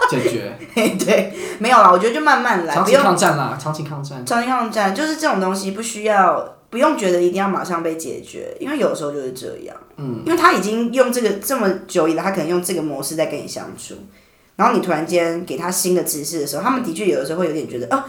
S2: 解决
S1: 嘿对，没有啦，我觉得就慢慢来，
S2: 长
S1: 不
S2: 期
S1: 用
S2: 抗战啦，长期抗战。
S1: 长期抗战，就是这种东西不需要。不用觉得一定要马上被解决，因为有时候就是这样。嗯，因为他已经用这个这么久以来，他可能用这个模式在跟你相处，然后你突然间给他新的知识的时候，他们的确有的时候会有点觉得，哦、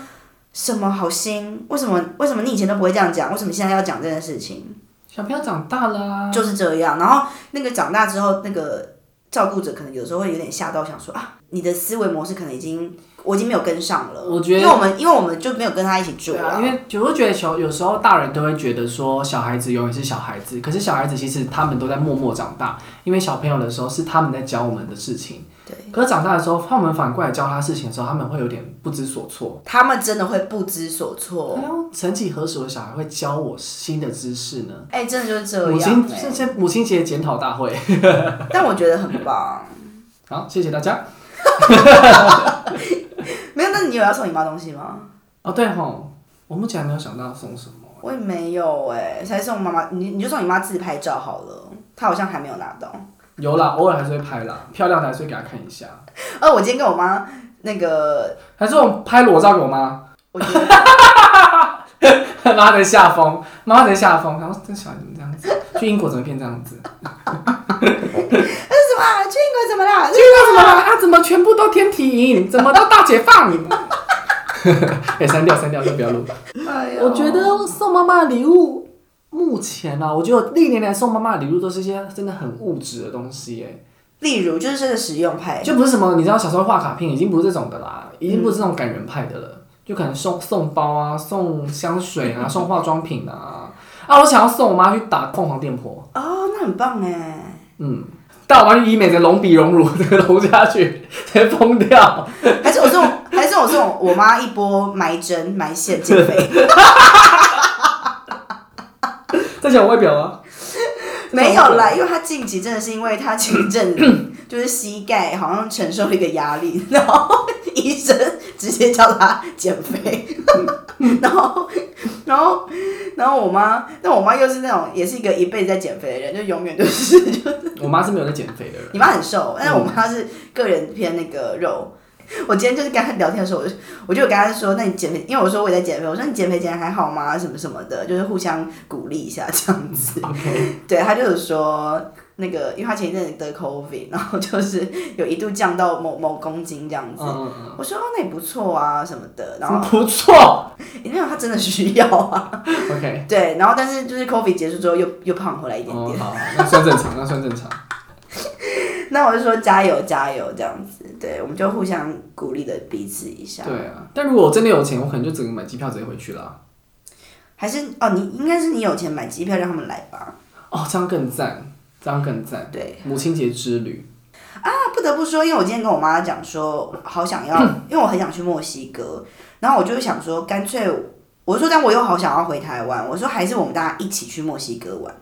S1: 什么好新？为什么为什么你以前都不会这样讲？为什么现在要讲这件事情？
S2: 小朋友长大啦、
S1: 就是这样。然后那个长大之后，那个照顾者可能有时候会有点吓到，想说啊，你的思维模式可能已经我已经没有跟上了。
S2: 我觉得
S1: 因为我们因为我们就没有跟他一起住
S2: 对啊，
S1: 了
S2: 因。为我会觉得小有时候大人都会觉得说小孩子永远是小孩子，可是小孩子其实他们都在默默长大，因为小朋友的时候是他们在教我们的事情，
S1: 对，
S2: 可是长大的时候，他们反过来教他事情的时候，他们会有点不知所措。
S1: 他们真的会不知所措。
S2: 哎呦，曾几何时，我的小孩会教我新的知识呢？
S1: 哎、真的就是这
S2: 母
S1: 样
S2: 亲
S1: 哎、
S2: 这欸这母亲节检讨大会，
S1: 但我觉得很啊棒。
S2: 好，谢谢大家。
S1: 没有，那你有要送你妈东西吗？
S2: 哦，对吼，我目前还没有想到送什么。
S1: 我也没有哎、才送妈妈，你你就送你妈自拍照好了。她好像还没有拿到。
S2: 有啦，偶尔还是会拍啦，漂亮的还是会给她看一下。
S1: 呃，我今天跟我妈那个，
S2: 还是我拍裸照给我妈，
S1: 我 觉得哎
S2: 妈的下风，妈的下风。然后这小孩怎么这样子？去英国怎么变这样子？
S1: 那是什么啊？去英国怎么 啦？
S2: 去英国怎么了？啊？怎么全部都天体营？怎么都大解放？ 哎、删掉删掉，就不要录。
S1: 哎呦
S2: 我觉得送妈妈的礼物，目前啊，我觉得历年来送妈妈的礼物都是一些真的很物质的东西，哎，
S1: 例如就是这个实用派，
S2: 就不是什么你知道小时候画卡片，已经不是这种的啦，
S1: 嗯
S2: 已经不是这种感人派的了，就可能送送包啊，送香水 啊，送化妆品啊，啊，我想要送我妈去打凤凰电波，
S1: 哦，那很棒哎。
S2: 嗯，带我妈去医美的隆鼻隆乳，这个隆下去， 直接疯掉，
S1: 还是我送，还是我送我妈一波埋针埋线减肥，
S2: 再讲我外表啊，
S1: 没有啦，因为她近期真的是因为她前一阵子就是膝盖好像承受了一个压力，然后医生直接叫她减肥，然后然后然后我妈，但我妈又是那种也是一个一辈子在减肥的人，就永远就是
S2: 我妈是没有在减肥的人。
S1: 你妈很瘦，但是我妈是个人偏那个肉。我今天就是跟她聊天的时候，我就我就有跟她说，那你减肥，因为我说我也在减肥，我说你减肥减得还好吗？什么什么的，就是互相鼓励一下这样子。
S2: OK，
S1: 对，她就有说那个，因为她前一阵子得 COVID，然后就是有一度降到某某公斤这样
S2: 嗯
S1: 子。
S2: 嗯嗯，
S1: 我说、哦那也不错啊什么的，然后
S2: 不错
S1: 诶没有，她真的需要啊。
S2: ，OK。
S1: 对，然后但是就是 COVID 结束之后又又胖回来一点点。
S2: 哦，好，那算正常，那算正常。
S1: 那我就说加油加油这样子，对，我们就互相 鼓励的彼此一下。
S2: 对啊，但如果我真的有钱，我可能就整个买机票直接回去啦。
S1: 还是哦，你应该是你有钱买机票让他们来吧？
S2: 哦，这样更赞，这样更赞。
S1: 对
S2: 母亲节之旅，
S1: 啊，不得不说，因为我今天跟我妈讲说，好想 要，因为我很想去墨西哥，然后我就想说，干脆我说，但我又好想要回台湾，我说还是我们大家一起去墨西哥玩，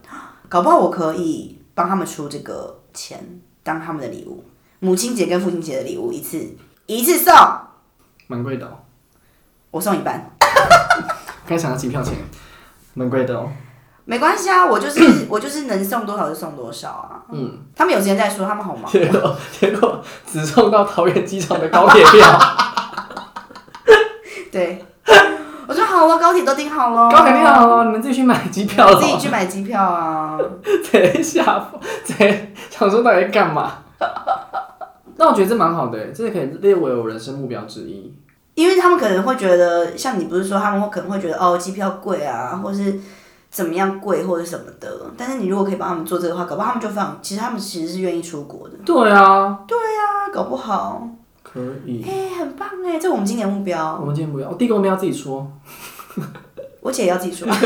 S1: 搞不好我可以帮他们出这个钱当他们的礼物，母亲节跟父亲节的礼物一次一次送，
S2: 蛮贵的哦，
S1: 我送一半。
S2: 该想到机票钱，蛮贵的哦。
S1: 没关系啊，我就是 我就是能送多少就送多少啊。嗯，他们有时间再说，他们好忙。
S2: 结果结果只送到桃园机场的高铁 票，
S1: 对， 我说好了，高铁都订好了，
S2: 高铁票哦， 你们自己去买机票哦
S1: 我自己
S2: 了。
S1: 去买机票啊。
S2: 贼下风，贼想说到底在干嘛？ 那我觉得这蛮好的，欸这可以列为我人生目标之一。
S1: 因为他们可能会觉得，像你不是说他们会可能会觉得哦，机票贵啊，或是怎么样贵或者什么的。但是你如果可以帮他们做这个的话，搞不好他们就放，其实他们其实是愿意出国的
S2: 对啊，
S1: 啊，搞不好，
S2: 可以。
S1: 哎、很棒哎，这我们今年目标，
S2: 我们今天不要，我哦第一个目标自己说。
S1: 我姐也要自己说。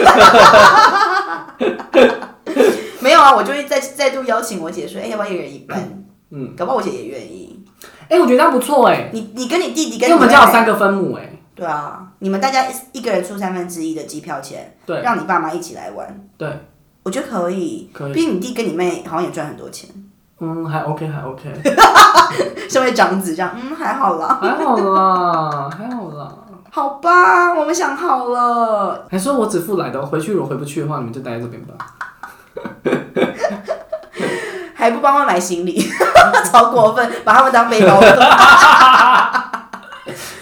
S1: 没有啊，我就会再再度邀请我姐说，哎、要不要一人一半？嗯，搞不好我姐也愿意。
S2: 哎、我觉得这样不错哎，
S1: 你你跟你弟弟
S2: 因
S1: 跟你
S2: 为我们
S1: 妹
S2: 家有
S1: 妹
S2: 三个分母哎。
S1: 对啊，你们大家一一个人出三分之一的机票钱，
S2: 对
S1: 让你爸妈一起来玩，
S2: 对，
S1: 我觉得可以。
S2: 可以。
S1: 毕竟你弟跟你妹好像也赚很多钱，
S2: 嗯，还 OK，还 OK，
S1: 身为长子这样，嗯，还好啦，
S2: 还好啦，还好啦。
S1: 好吧，我们想好了，
S2: 还说我只付来的哦，回去如果回不去的话，你们就待在这边吧。
S1: 还不帮我买行李， 超过分，把他们当背包客。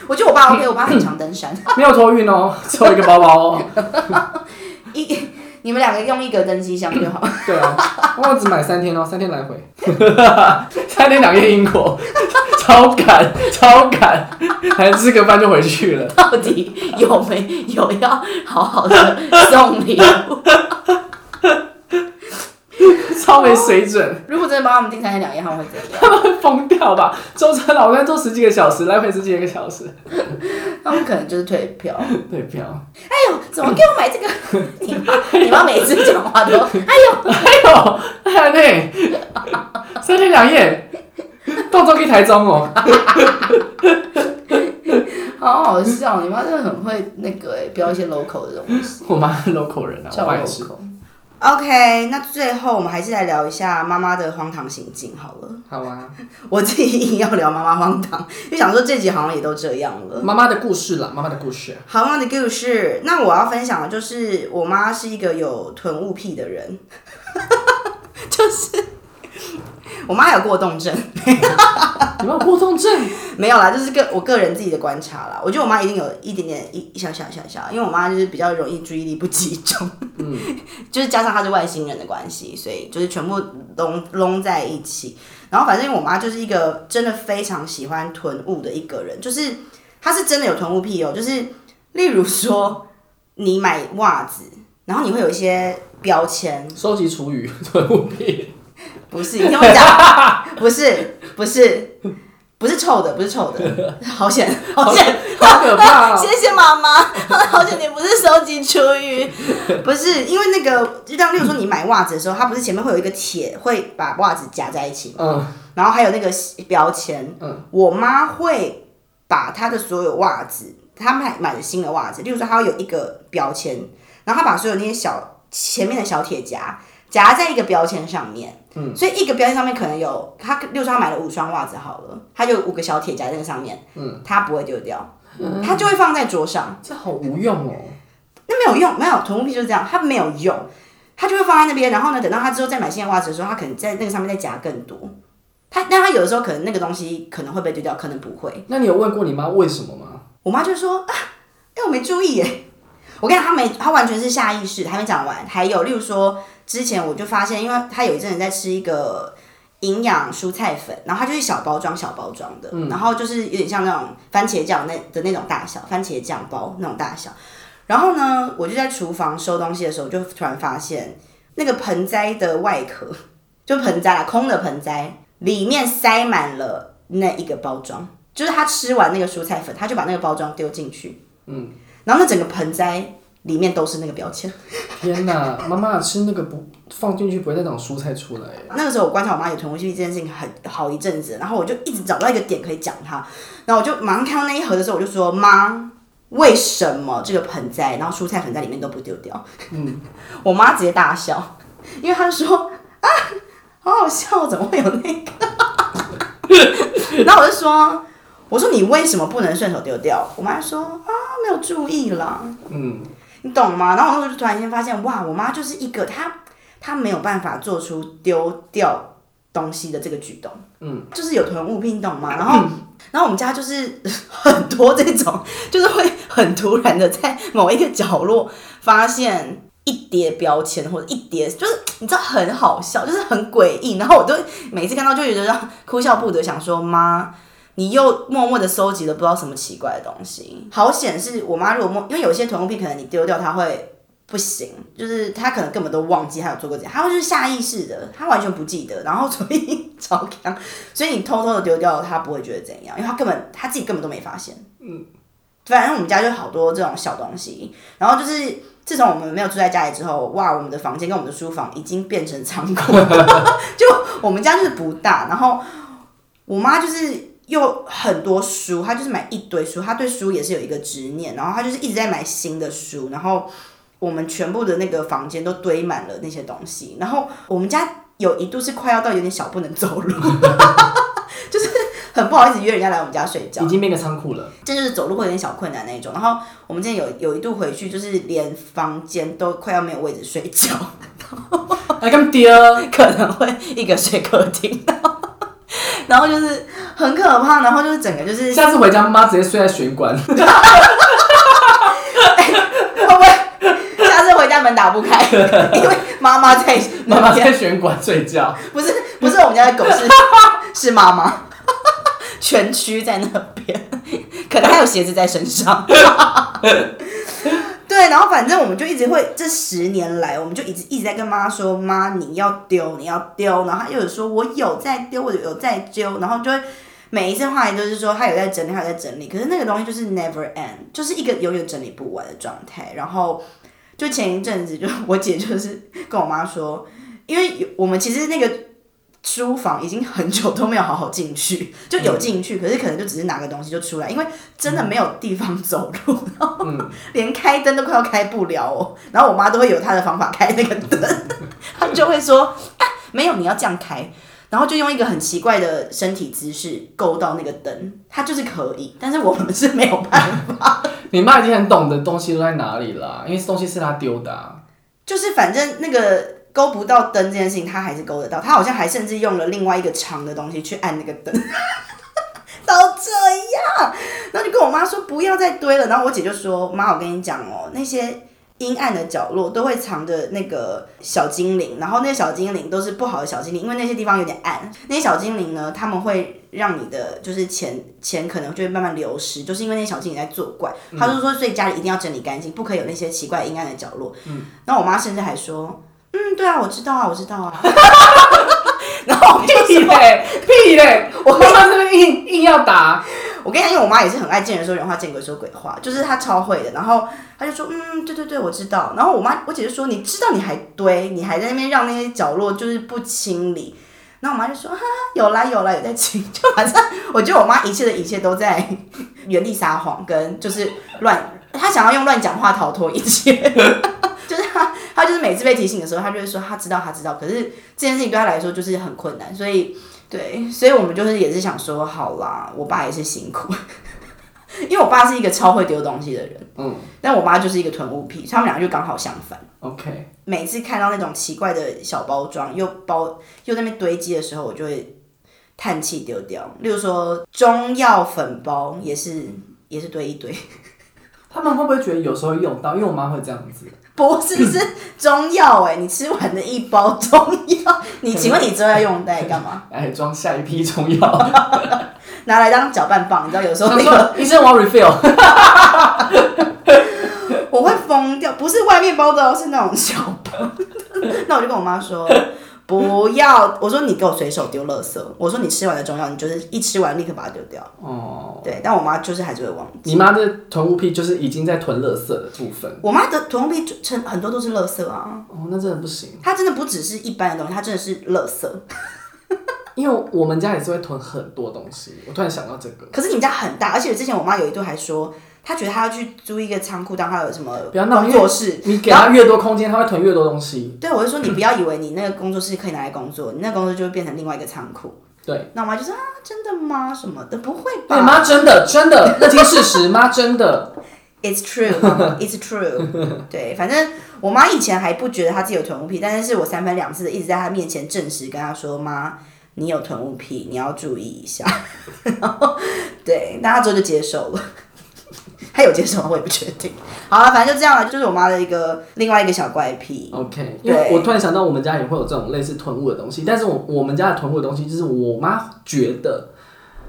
S1: 我觉得我爸 OK，我爸很常登山。
S2: 没有托运哦， 只有一个包包哦。
S1: 一，你们两个用一个登机箱就好。
S2: 对啊，我只买三天哦，三天来回， 三天两夜英国， 超赶，超赶， 还吃个饭就回去了。
S1: 到底有没有要好好的送礼物？
S2: 超没水准，
S1: 如果真的帮他们订三天两夜，他们会怎样？
S2: 他们会疯掉吧？舟车劳顿坐十几个小时，来回十几个小时，
S1: 他们可能就是退票。
S2: 对，不要。
S1: 哎呦，怎么给我买这个？ 你妈，你妈每次讲话都，哎呦，
S2: 哎呦，哎内， 三天两夜，动作去台中哦。
S1: 好好笑！你妈真的很会那个哎、标一些 local 的东西，
S2: 我妈是 local 人啊，我
S1: 叫
S2: 爸也是。
S1: local。OK，那最后我们还是来聊一下妈妈的荒唐行径好了。
S2: 好啊，
S1: 我自己硬要聊妈妈荒唐，就想说这集好像也都这样了。
S2: 妈妈的故事啦，妈妈的故事。
S1: 好妈的故事，那我要分享的就是我妈是一个有囤物癖的人， 就是我妈有过动症，
S2: 你妈有过动症？
S1: 没有啦，就是个我个人自己的观察啦。我觉得我妈一定有一点点一小小小小，因为我妈就是比较容易注意力不集中，嗯， 就是加上她是外星人的关系，所以就是全部拢拢在一起。然后反正我妈就是一个真的非常喜欢囤物的一个人，就是她是真的有囤物癖哦，就是例如说你买袜子，然后你会有一些标签，
S2: 收集厨余，囤物癖。
S1: 不是，你听我讲， 不是，不是，不是臭的，不是臭的，好险，好险，
S2: 好可怕 哦！
S1: 谢谢妈妈，好险你不是收集厨余，不是因为那个，就像例如说你买袜子的时候，它不是前面会有一个铁会把袜子夹在一起，
S2: 嗯，
S1: 然后还有那个标签，嗯，我妈会把她的所有袜子，她买买的新的袜子，例如说她会有一个标签，然后她把所有那些小前面的小铁夹夹在一个标签上面。嗯，所以一个标签上面可能有她，例如说她买了五双袜子好了，她就有五个小铁夹在那上面，嗯，她不会丢掉，她就会放在桌上。
S2: 这好无用哦。
S1: 那没有用，没有囤物癖就是这样，它没有用，它就会放在那边。然后呢，等到它之后再买新的袜子的时候，它可能在那个上面再夹更多。它，但它有的时候可能那个东西可能会被丢掉，可能不会。
S2: 那你有问过你妈为什么吗？
S1: 我妈就说啊，哎、我没注意耶。我跟你讲，她没，她完全是下意识，还没讲完。还有，例如说，之前我就发现，因为她有一阵子在吃一个营养蔬菜粉，然后它就是小包装、小包装的，然后就是有点像那种番茄酱那的那种大小，番茄酱包那种大小。然后呢，我就在厨房收东西的时候，就突然发现那个盆栽的外壳，就盆栽啦，空的盆栽里面塞满了那一个包装，就是他吃完那个蔬菜粉，他就把那个包装丢进去，嗯，然后那整个盆栽里面都是那个标签。
S2: 天哪，妈妈吃那个不放进去不会再长蔬菜出来。
S1: 欸那个时候我观察我妈有囤物性这件事情很好一阵子，然后我就一直找不到一个点可以讲它，然后我就马上看到那一盒的时候，我就说妈。为什么这个盆栽，然后蔬菜盆栽里面都不丢掉？嗯， 我妈直接大笑，因为她说啊，好好笑，怎么会有那 个？然后我就说，我说你为什么不能顺手丢掉？我妈说啊，没有注意啦。
S2: 嗯，
S1: 你懂吗？然后我就突然间发现，哇，我妈就是一个她她没有办法做出丢掉东西的这个举动，嗯，就是有囤物品，你懂吗？然后。然后我们家就是 很多这种，就是会很突然的在某一个角落发现一叠标签或者一叠，就是你知道很好笑，就是很诡异。然后我都每次看到就觉得让哭笑不得，想说妈，你又默默的收集了不知道什么奇怪的东西。好显是我妈如果默，因为有些囤物癖可能你丢掉它会。不行，就是她可能根本都忘记她有做过这样，她会就是下意识的，她完全不记得，然后所以 超强，所以你偷偷的丢掉，她不会觉得怎样，因为她根本她自己根本都没发现。嗯，反正我们家就好多这种小东西，然后就是自从我们没有住在家里之后，哇，我们的房间跟我们的书房已经变成仓库了，就我们家就是不大，然后我妈就是。又很多书，她就是买一堆书，她对书也是有一个执念，然后她就是一直在买新的书，然后我们全部的那个房间都堆满了那些东西，然后我们家有一度是快要到有点小不能走路，就是很不好意思约人家来我们家睡觉
S2: 已，经变个仓库了。
S1: 这就是走路会有点小困难那一种。然后我们之前有有一度回去，就是连房间都快要没有位置睡觉，
S2: 哎，干爹，
S1: 可能会一个睡客厅，然后就是很可怕，然后就是整个 就是
S2: 下次回家妈直接睡在水 管。
S1: 会不会下次回家门打不开，因为妈妈在
S2: 妈妈在玄关睡觉，
S1: 不是不是我们家的狗是是妈妈，蜷曲在那边，可能还有鞋子在身上。对，然后反正我们就一直会，这十年来，我们就一直一直在跟妈说，妈你要丢，你要丢，然后她又有说我有在丢，我有在丢，然后就会每一次话题都是说她有在整理，她有在整理，可是那个东西就是 never end，就是一个永远整理不完的状态。然后就前一阵子就，我姐就是跟我妈说，因为有我们其实那个书房已经很久都没有好好进去， 就有进去，可是可能就只是拿个东西就出来，因为真的没有地方走路，然后 连开灯都快要开不了哦。然后我妈都会有她的方法开那个灯，她就会说啊，没有，你要这样开。然后就用一个很奇怪的身体姿势勾到那个灯，她就是可以，但是我们是没有办法。
S2: 你妈已经很懂得东西都在哪里了，啊因为东西是她丢的、 啊。
S1: 就是反正那个勾不到灯这件事情，他还是勾得到，他好像还甚至用了另外一个长的东西去按那个灯， 到这样，然后就跟我妈说不要再堆了，然后我姐就说妈，我跟你讲哦，那些。阴暗的角落都会藏着那个小精灵，然后那些小精灵都是不好的小精灵，因为那些地方有点暗。那些小精灵呢，他们会让你的就是钱 钱可能就会慢慢流失，就是因为那些小精灵在作怪。他就说，所以家里一定要整理干净，不可以有那些奇怪阴暗的角落。然后我妈甚至还说：“嗯，对啊，我知道啊，我知道啊。”然后我就
S2: 哦屁嘞，屁嘞！我妈妈这边硬硬要打，
S1: 我跟你讲，因为我妈也是很爱见人说人话，见鬼说鬼话，就是她超会的。然后她就说：“嗯，对对对，我知道。”然后我妈我姐就说：“你知道你还堆，你还在那边让那些角落就是不清理。”然后我妈就说：“哈、有啦有啦，有在清。” 就反正我觉得我妈一切的一切都在 原地撒谎，跟就是乱，她想要用乱讲话逃脱一切。 就是她，她就是每次被提醒的时候，她就会说她知道，她知道。可是这件事情对她来说就是很困难，所以对，所以我们就是也是想说，好啦，我爸也是辛苦， 因为我爸是一个超会丢东西的人，
S2: 嗯
S1: 但我妈就是一个囤物癖，他们两个就刚好相反。
S2: ，OK，
S1: 每次看到那种奇怪的小包装又包又在那边堆积的时候，我就会叹气丢掉。例如说中药粉包也是也是堆一堆，
S2: 他们会不会觉得有时候用到？因为我妈会这样子，
S1: 不是是中药哎、你吃完的一包中药，你请问你之后要用在 干嘛？
S2: 哎，装下一批中药。
S1: 拿来当搅拌棒，你知道有时候
S2: 想
S1: 那个
S2: 说医生我要 refill，
S1: 我会疯掉，不是外面包的哦，是那种小包的。那我就跟我妈说，不要，我说你给我随手丢垃圾，我说你吃完的中药，你就是一吃完立刻把它丢掉。
S2: 哦，
S1: 对，但我妈就是还是会忘记。
S2: 你妈的囤物癖就是已经在囤垃圾的部分。
S1: 我妈的囤物癖就成很多都是垃圾啊，
S2: 哦，那真的不行，
S1: 它真的不只是一般的东西，它真的是垃圾。
S2: 因为我们家也是会囤很多东西。我突然想到这个，
S1: 可是你们家很大，而且之前我妈有一度还说，她觉得她要去租一个仓库当她的什么
S2: 不要闹
S1: 工作室。
S2: 你给她越多空间，她会囤越多东西。
S1: 对，我就说你不要以为你那个工作室可以拿来工作，你那个工作就会变成另外一个仓库。
S2: 对，
S1: 那我妈就说啊，真的吗？什么的，不会
S2: 对，
S1: 吧
S2: 哎妈真的真的认清事实，妈 真的。
S1: ？It's true, it's true。对， 反正我妈以前还不觉得她自己有囤物癖，但是是我三番两次的一直在她面前证实，跟她说妈，你有囤物癖，你要注意一下。 然后对，那她之后就接受了。 她有接受吗？我也不确定。好了，反正就这样了，就是我妈的一个另外一个小怪癖。
S2: OK，
S1: 对
S2: 因为我突然想到，我们家也会有这种类似囤物的东西，但是我我们家的囤物的东西，就是我妈觉得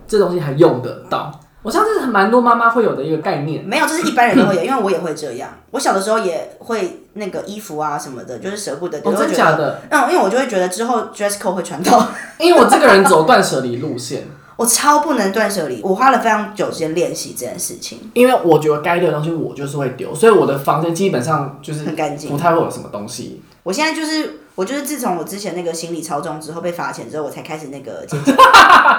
S2: 这东西还用得到。我相信蛮多妈妈会有的一个概念。
S1: 没有，这是一般人都会有，因为我也会这样。我小的时候也会那个衣服啊什么的，就是舍不得丢，
S2: 哦，
S1: 我
S2: 真
S1: 会
S2: 的
S1: 觉得，
S2: 假的？
S1: 嗯，因为我就会觉得之后 dress code 会穿 到，
S2: 因为我这个人走断舍离路线，
S1: 我超不能断舍离，我花了非常久时间练习这件事情，
S2: 因为我觉得该丢的东西我就是会丢，所以我的房间基本上就是
S1: 很干净
S2: 不太会有什么东西。
S1: 我现在就是，我就是自从我之前那个行李超重之后被罚钱之后，我才开始那个节 俭，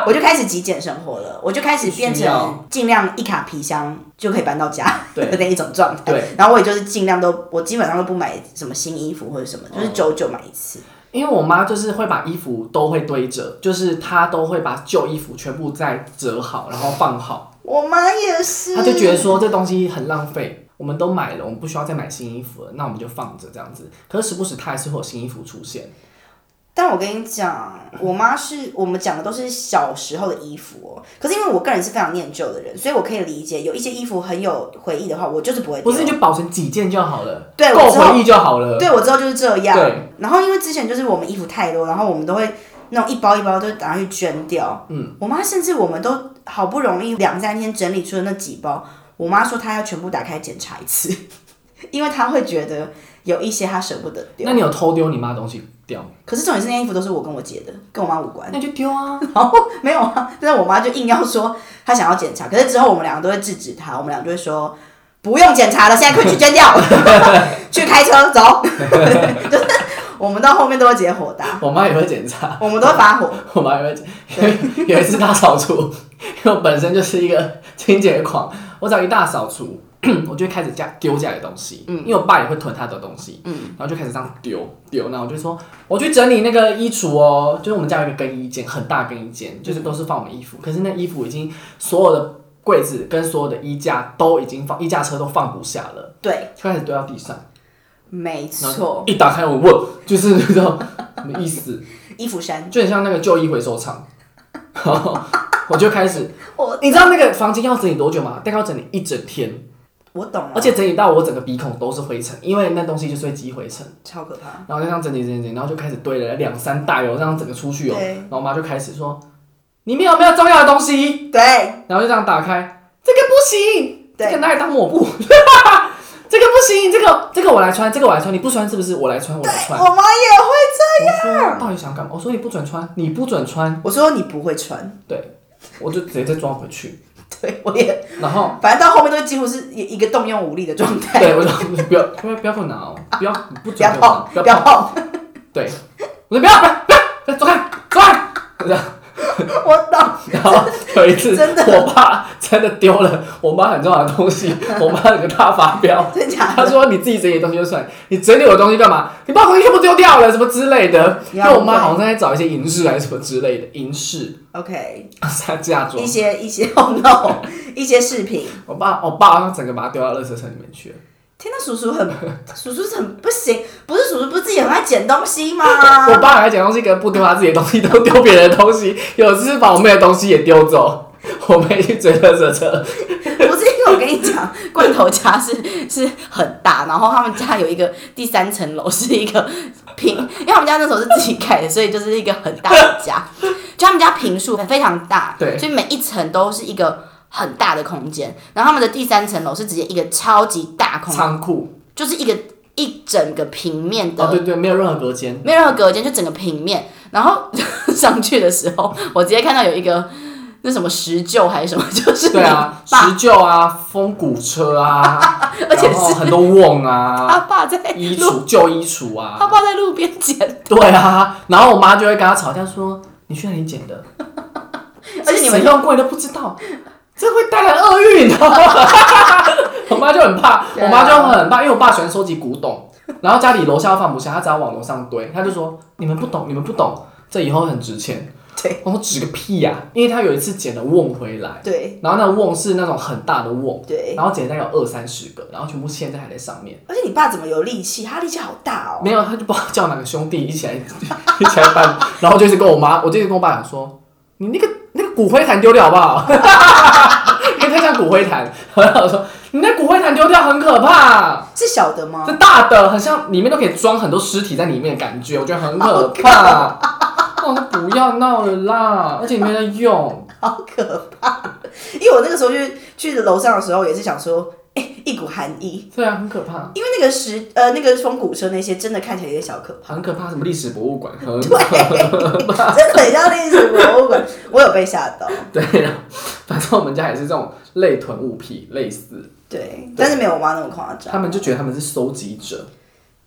S1: 我就开始极简生活了，我就开始变
S2: 需要
S1: 成尽量一卡皮箱就可以搬到家
S2: 对
S1: 的那一种状态。
S2: 对，
S1: 然后我也就是尽量都，我基本上都不买什么新衣服或者什么，
S2: 哦
S1: 就是久久买一次。
S2: 因为我妈就是会把衣服都会堆着，就是她都会把旧衣服全部再折好，然后放好。
S1: 我妈也是，
S2: 他就觉得说这东西很浪费，我们都买了，我们不需要再买新衣服了，那我们就放着这样子。可是时不时他还是会有新衣服出现，
S1: 但我跟你讲，我妈是我们讲的都是小时候的衣服哦。可是因为我个人是非常念旧的人，所以我可以理解有一些衣服很有回忆的话，我就是不会丢。
S2: 不是你就保存几件就好了，
S1: 对
S2: 够
S1: 我知道
S2: 回忆就好了。
S1: 对我之后就是这样。
S2: 对
S1: 然后因为之前就是我们衣服太多，然后我们都会那种一包一包都拿去捐掉。嗯，我妈甚至我们都好不容易两三天整理出的那几包，我妈说她要全部打开检查一次， 因为她会觉得有一些她舍不得丢。
S2: 那你有偷丢你妈的东西掉吗？
S1: 可是重点是那些衣服都是我跟我姐的，跟我妈无关。
S2: 那就丢啊！
S1: 然后 没有啊，但是我妈就硬要说她想要检查，可是之后我们两个都会制止她，我们俩就会说不用检查了，现在快去捐 掉，去开车走， 就是我们到后面都会直接火大，
S2: 我妈也会检查，
S1: 我们都会发火，
S2: 我妈也会检。有一次大扫除， 因为我本身就是一个清洁狂，我只要一大扫除。 我就会开始家丢家里的东西，
S1: 嗯
S2: 因为我爸也会囤他的东西，然后就开始这样丢丢。那我就说，我去整理那个衣橱哦，就是我们家有一个更衣间，很大更衣
S1: 嗯
S2: 间，就是都是放我们衣服。可是那衣服已经所有的柜子跟所有的衣架都已经放，衣架车都放不下了，
S1: 对，
S2: 就开始堆到地上。
S1: 没
S2: 然后
S1: 错，
S2: 一打开我 问，就是那种什么意思？
S1: 衣服山，
S2: 就很像那个旧衣回收厂。 然后我就开始，
S1: 我
S2: 你知道那个房间要整理多久吗？大概要整理一整天，
S1: 我懂
S2: 而
S1: 了，
S2: 且整理到我整个鼻孔都是灰尘，因为那东西就是会积灰尘。
S1: 超可怕，
S2: 然后就这样整理整理整理，然后就开始堆了两三袋哦，这样整个出去哦。
S1: 对
S2: 然后我妈就开始说：“里面有没有重要的东西
S1: 对？”
S2: 然后就这样打开，这个不行，这
S1: 对
S2: 个拿来当抹布， 这个不行，这个这个我来穿，这个我来穿，你不穿是不是？我来穿，我来
S1: 我妈也
S2: 穿。
S1: 会这，
S2: 我说到底想干嘛？我说你不准穿，你不准穿。
S1: 我说你不会穿，
S2: 对，我就直接再装回去。
S1: 对我也，
S2: 然后
S1: 反正到后面都几乎是一一个动用武力的状态，
S2: 对，我说不要不要不要给我拿哦，不要不
S1: 不要
S2: 准给我拿
S1: 碰，
S2: 不
S1: 不
S2: 要
S1: 要
S2: 碰。
S1: 碰。
S2: 对，我说不要不要不要不要，走开走开。然后
S1: 我懂，
S2: 然后 有一次，
S1: 真的
S2: 我爸真的丢了我妈很重要的东西，我妈有个大发飙。
S1: 真 假
S2: 她
S1: 的？
S2: 说：“你自己整理的东西就算，你整理我的东西干嘛？你把我东西全部丢掉了，什么之类的。”因
S1: 要
S2: 为我妈
S1: 问
S2: 好像在找一些银饰还是什么之类的银饰，
S1: OK，
S2: 她嫁妆
S1: 一。些一些 oh no，一些饰品。
S2: 我爸，我爸好像整个把它丢到垃圾车里面去了。
S1: 天呐，叔叔很，叔叔是很不行，不是叔叔不是自己很爱捡东西吗？
S2: 我爸还捡东西，可能不丢他自己的东西，都丢别人的东西。有次把我妹的东西也丢走，我妹去追垃圾车。
S1: 不是因为我跟你讲，罐头家是是很大，然后他们家有一个第三层楼是一个平，因为他们家那时候是自己盖的，所以就是一个很大的家，就他们家平数非常大，
S2: 对
S1: 所以每一层都是一个很大的空间，然后他们的第三层楼是直接一个超级大空间
S2: 仓库
S1: 就是一个一整个平面的
S2: 哦，对对，没有任何隔间，
S1: 没有任何隔间，就整个平面。然后 上去的时候，我直接看到有一个那什么石臼还是什么，就是
S2: 对啊，
S1: 你爸
S2: 石臼啊，风骨车 啊，
S1: 而且
S2: 然后很多瓮 啊，
S1: 他爸在
S2: 衣
S1: 路，
S2: 橱旧衣橱
S1: 他
S2: 啊，
S1: 爸在路边捡，
S2: 对啊，然后我妈就会跟他吵架说：“你去哪里捡 的？
S1: 而且你们
S2: 这使用过你都不知道，这会带来厄运。”啊 我妈就很怕，
S1: 对啊
S2: 我妈就很怕，因为我爸喜欢收集古董，然后家里楼下放不下，他只要往楼上堆，他就说：“你们不懂，你们不懂，这以后很值钱。”
S1: 对，
S2: 我说值个屁呀、因为他有一次捡了瓮回来，
S1: 对
S2: 然后那个瓮是那种很大的瓮，
S1: 对，
S2: 然后捡大概有二三十个，然后全部现在还在上面。
S1: 而且你爸怎么有力气？他力气好大哦。
S2: 没有，他就不知道叫哪个兄弟一起来 一起来搬，然后就是跟我妈，我就是跟我爸讲说，你那个那个骨灰坛丢掉好不好？ 因为太像骨灰坛，然后我说你那骨灰坛丢掉很可怕，
S1: 是小的吗
S2: 这？大的很像里面都可以装很多尸体在里面的感觉，我觉得很可怕。我说不要闹了啦，而且没人用，
S1: 好可怕！因为我那个时候去去楼上的时候，也是想说，哎、一股寒意。
S2: 对啊，很可怕，
S1: 因为那个石呃那个风骨车那些真的看起来有点小可
S2: 很可怕，什么历史博物馆，很
S1: 怕，真的很像历史博物馆。我有被吓到，
S2: 对，然后反正我们家也是这种类囤物癖，类似，
S1: 对，但是没有我妈那么夸张。
S2: 他们就觉得他们是收集者。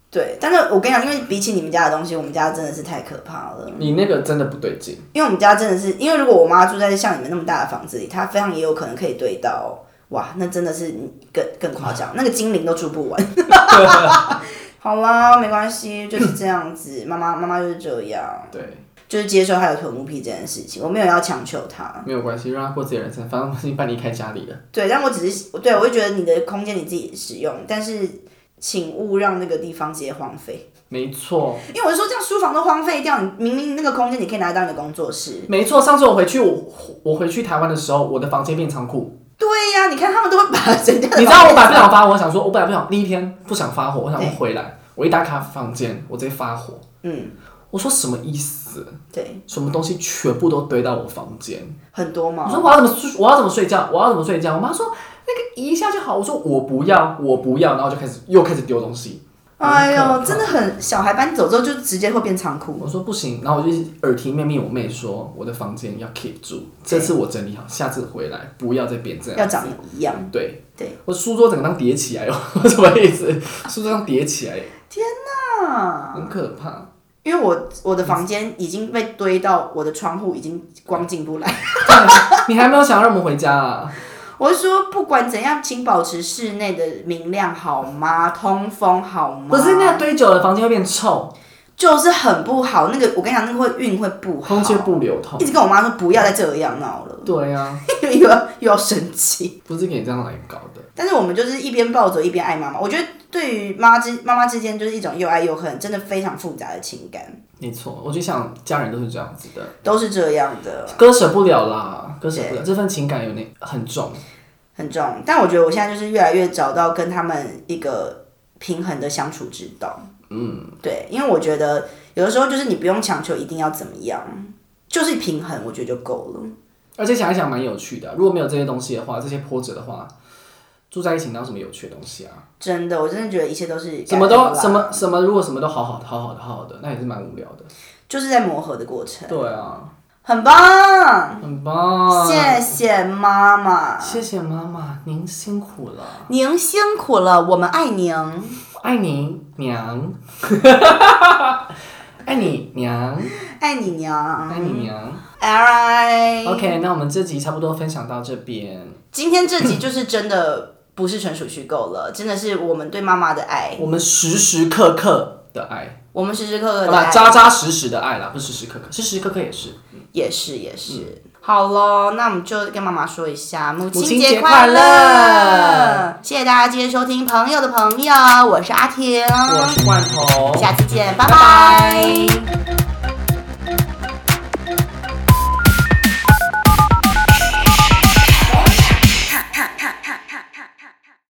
S1: 对，但是我跟你讲，因为比起你们家的东西，我们家真的是太可怕了。
S2: 你那个真的不对劲，
S1: 因为我们家真的是，因为如果我妈住在像你们那么大的房子里，她非常也有可能可以堆到，哇，那真的是更更夸张，那个精灵都住不完。好啦，没关系，就是这样子，妈妈妈妈就是这样，
S2: 对，
S1: 就是接受她有囤物癖这件事情，我没有要强求她。
S2: 没有关系，让他过自己的人生，反正我已经把你开家里了。
S1: 对，但我只是对我就觉得你的空间你自己使用，但是请勿让那个地方直接荒废，
S2: 没错，
S1: 因为我是说这样书房都荒废掉，你明明那个空间你可以拿来当你的工作室。
S2: 没错。上次我回去，我我回去台湾的时候，我的房间变仓库。
S1: 对呀、你看他们都会把人家的
S2: 你知道
S1: 房
S2: 我
S1: 间
S2: 本来不想发火，我想说，我本来不想那一天不想发火，我想说回来，我一打卡房间，我直接发火。
S1: 嗯，
S2: 我说什么意思？
S1: 对，
S2: 什么东西全部都堆到我房间？
S1: 很多
S2: 我
S1: 吗？
S2: 说我要怎么睡？我要怎么睡觉？我要怎么睡觉？我妈说那个移一下就好。我说我不要，我不要，然后就开始又开始丢东西。
S1: 哎
S2: 很
S1: 呦，
S2: 可怕
S1: 真的很，小孩搬走之后就直接会变仓库。
S2: 我说不行，然后我就一直耳提面命我妹说，我的房间要 keep 住，这次我整理好，下次回来不要再变这样。
S1: 要长得一样，
S2: 对
S1: 对，
S2: 我书桌整个当叠起来哦， 什么意思？书桌上叠起来，
S1: 啊！
S2: 很可怕。
S1: 因为我我的房间已经被堆到我的窗户已经光进不来。
S2: 你还没有想要让我们回家啊？
S1: 我是说，不管怎样，请保持室内的明亮好吗？通风好吗？
S2: 不是，那堆久了房间会变臭，
S1: 就是很不好。那个我跟你讲，那个会运会不好
S2: 空。气不流通
S1: 一。直跟我妈说不要再这样闹了，
S2: 对啊，
S1: 因 为又要又要生气。
S2: 不是给你这样来搞的。
S1: 但是我们就是一边抱着一边爱妈妈。我觉得对于妈之妈妈之间就是一种又爱又恨，真的非常复杂的情感。
S2: 没错，我就想家人都是这样子的，
S1: 都是这样的，
S2: 割舍不了啦，割舍不了，这份情感有点很重。
S1: 很重。但我觉得我现在就是越来越找到跟他们一个平衡的相处之道。嗯，对，因为我觉得有的时候就是你不用强求一定要怎么样，就是平衡，我觉得就够了。
S2: 而且想一想，蛮有趣的啊、如果没有这些东西的话，这些波折的话，住在一起哪有什么有趣的东西啊？
S1: 真的，我真的觉得一切都是
S2: 什么都什
S1: 么，
S2: 么什么，如果什么都好好的、好好的、好好的，那也是蛮无聊的。
S1: 就是在磨合的过程，
S2: 对啊，
S1: 很棒。
S2: 很棒，
S1: 嗯谢谢妈妈，
S2: 谢谢妈妈，您辛苦了，
S1: 您辛苦了，我们爱您。
S2: 爱你娘， 爱你娘，
S1: 爱你娘
S2: 爱你娘。
S1: ，Alright。
S2: OK，那我们这集差不多分享到这边，
S1: 今天这集就是真的不是纯属虚构了，真的是我们对妈妈的爱，
S2: 我们时时刻刻的爱，
S1: 我们时时刻刻
S2: 好
S1: 的
S2: 吧，
S1: 爱，
S2: 扎扎实实的爱啦，不是时时刻刻，时时刻刻也是。
S1: 也是也是。好喽，那我们就跟妈妈说一下母亲
S2: 亲节
S1: 节
S2: 快
S1: 乐！
S2: 乐
S1: 谢谢大家今天收听《朋友的朋友》，我是阿婷，
S2: 我是罐头，
S1: 下次见，拜
S2: 拜
S1: 拜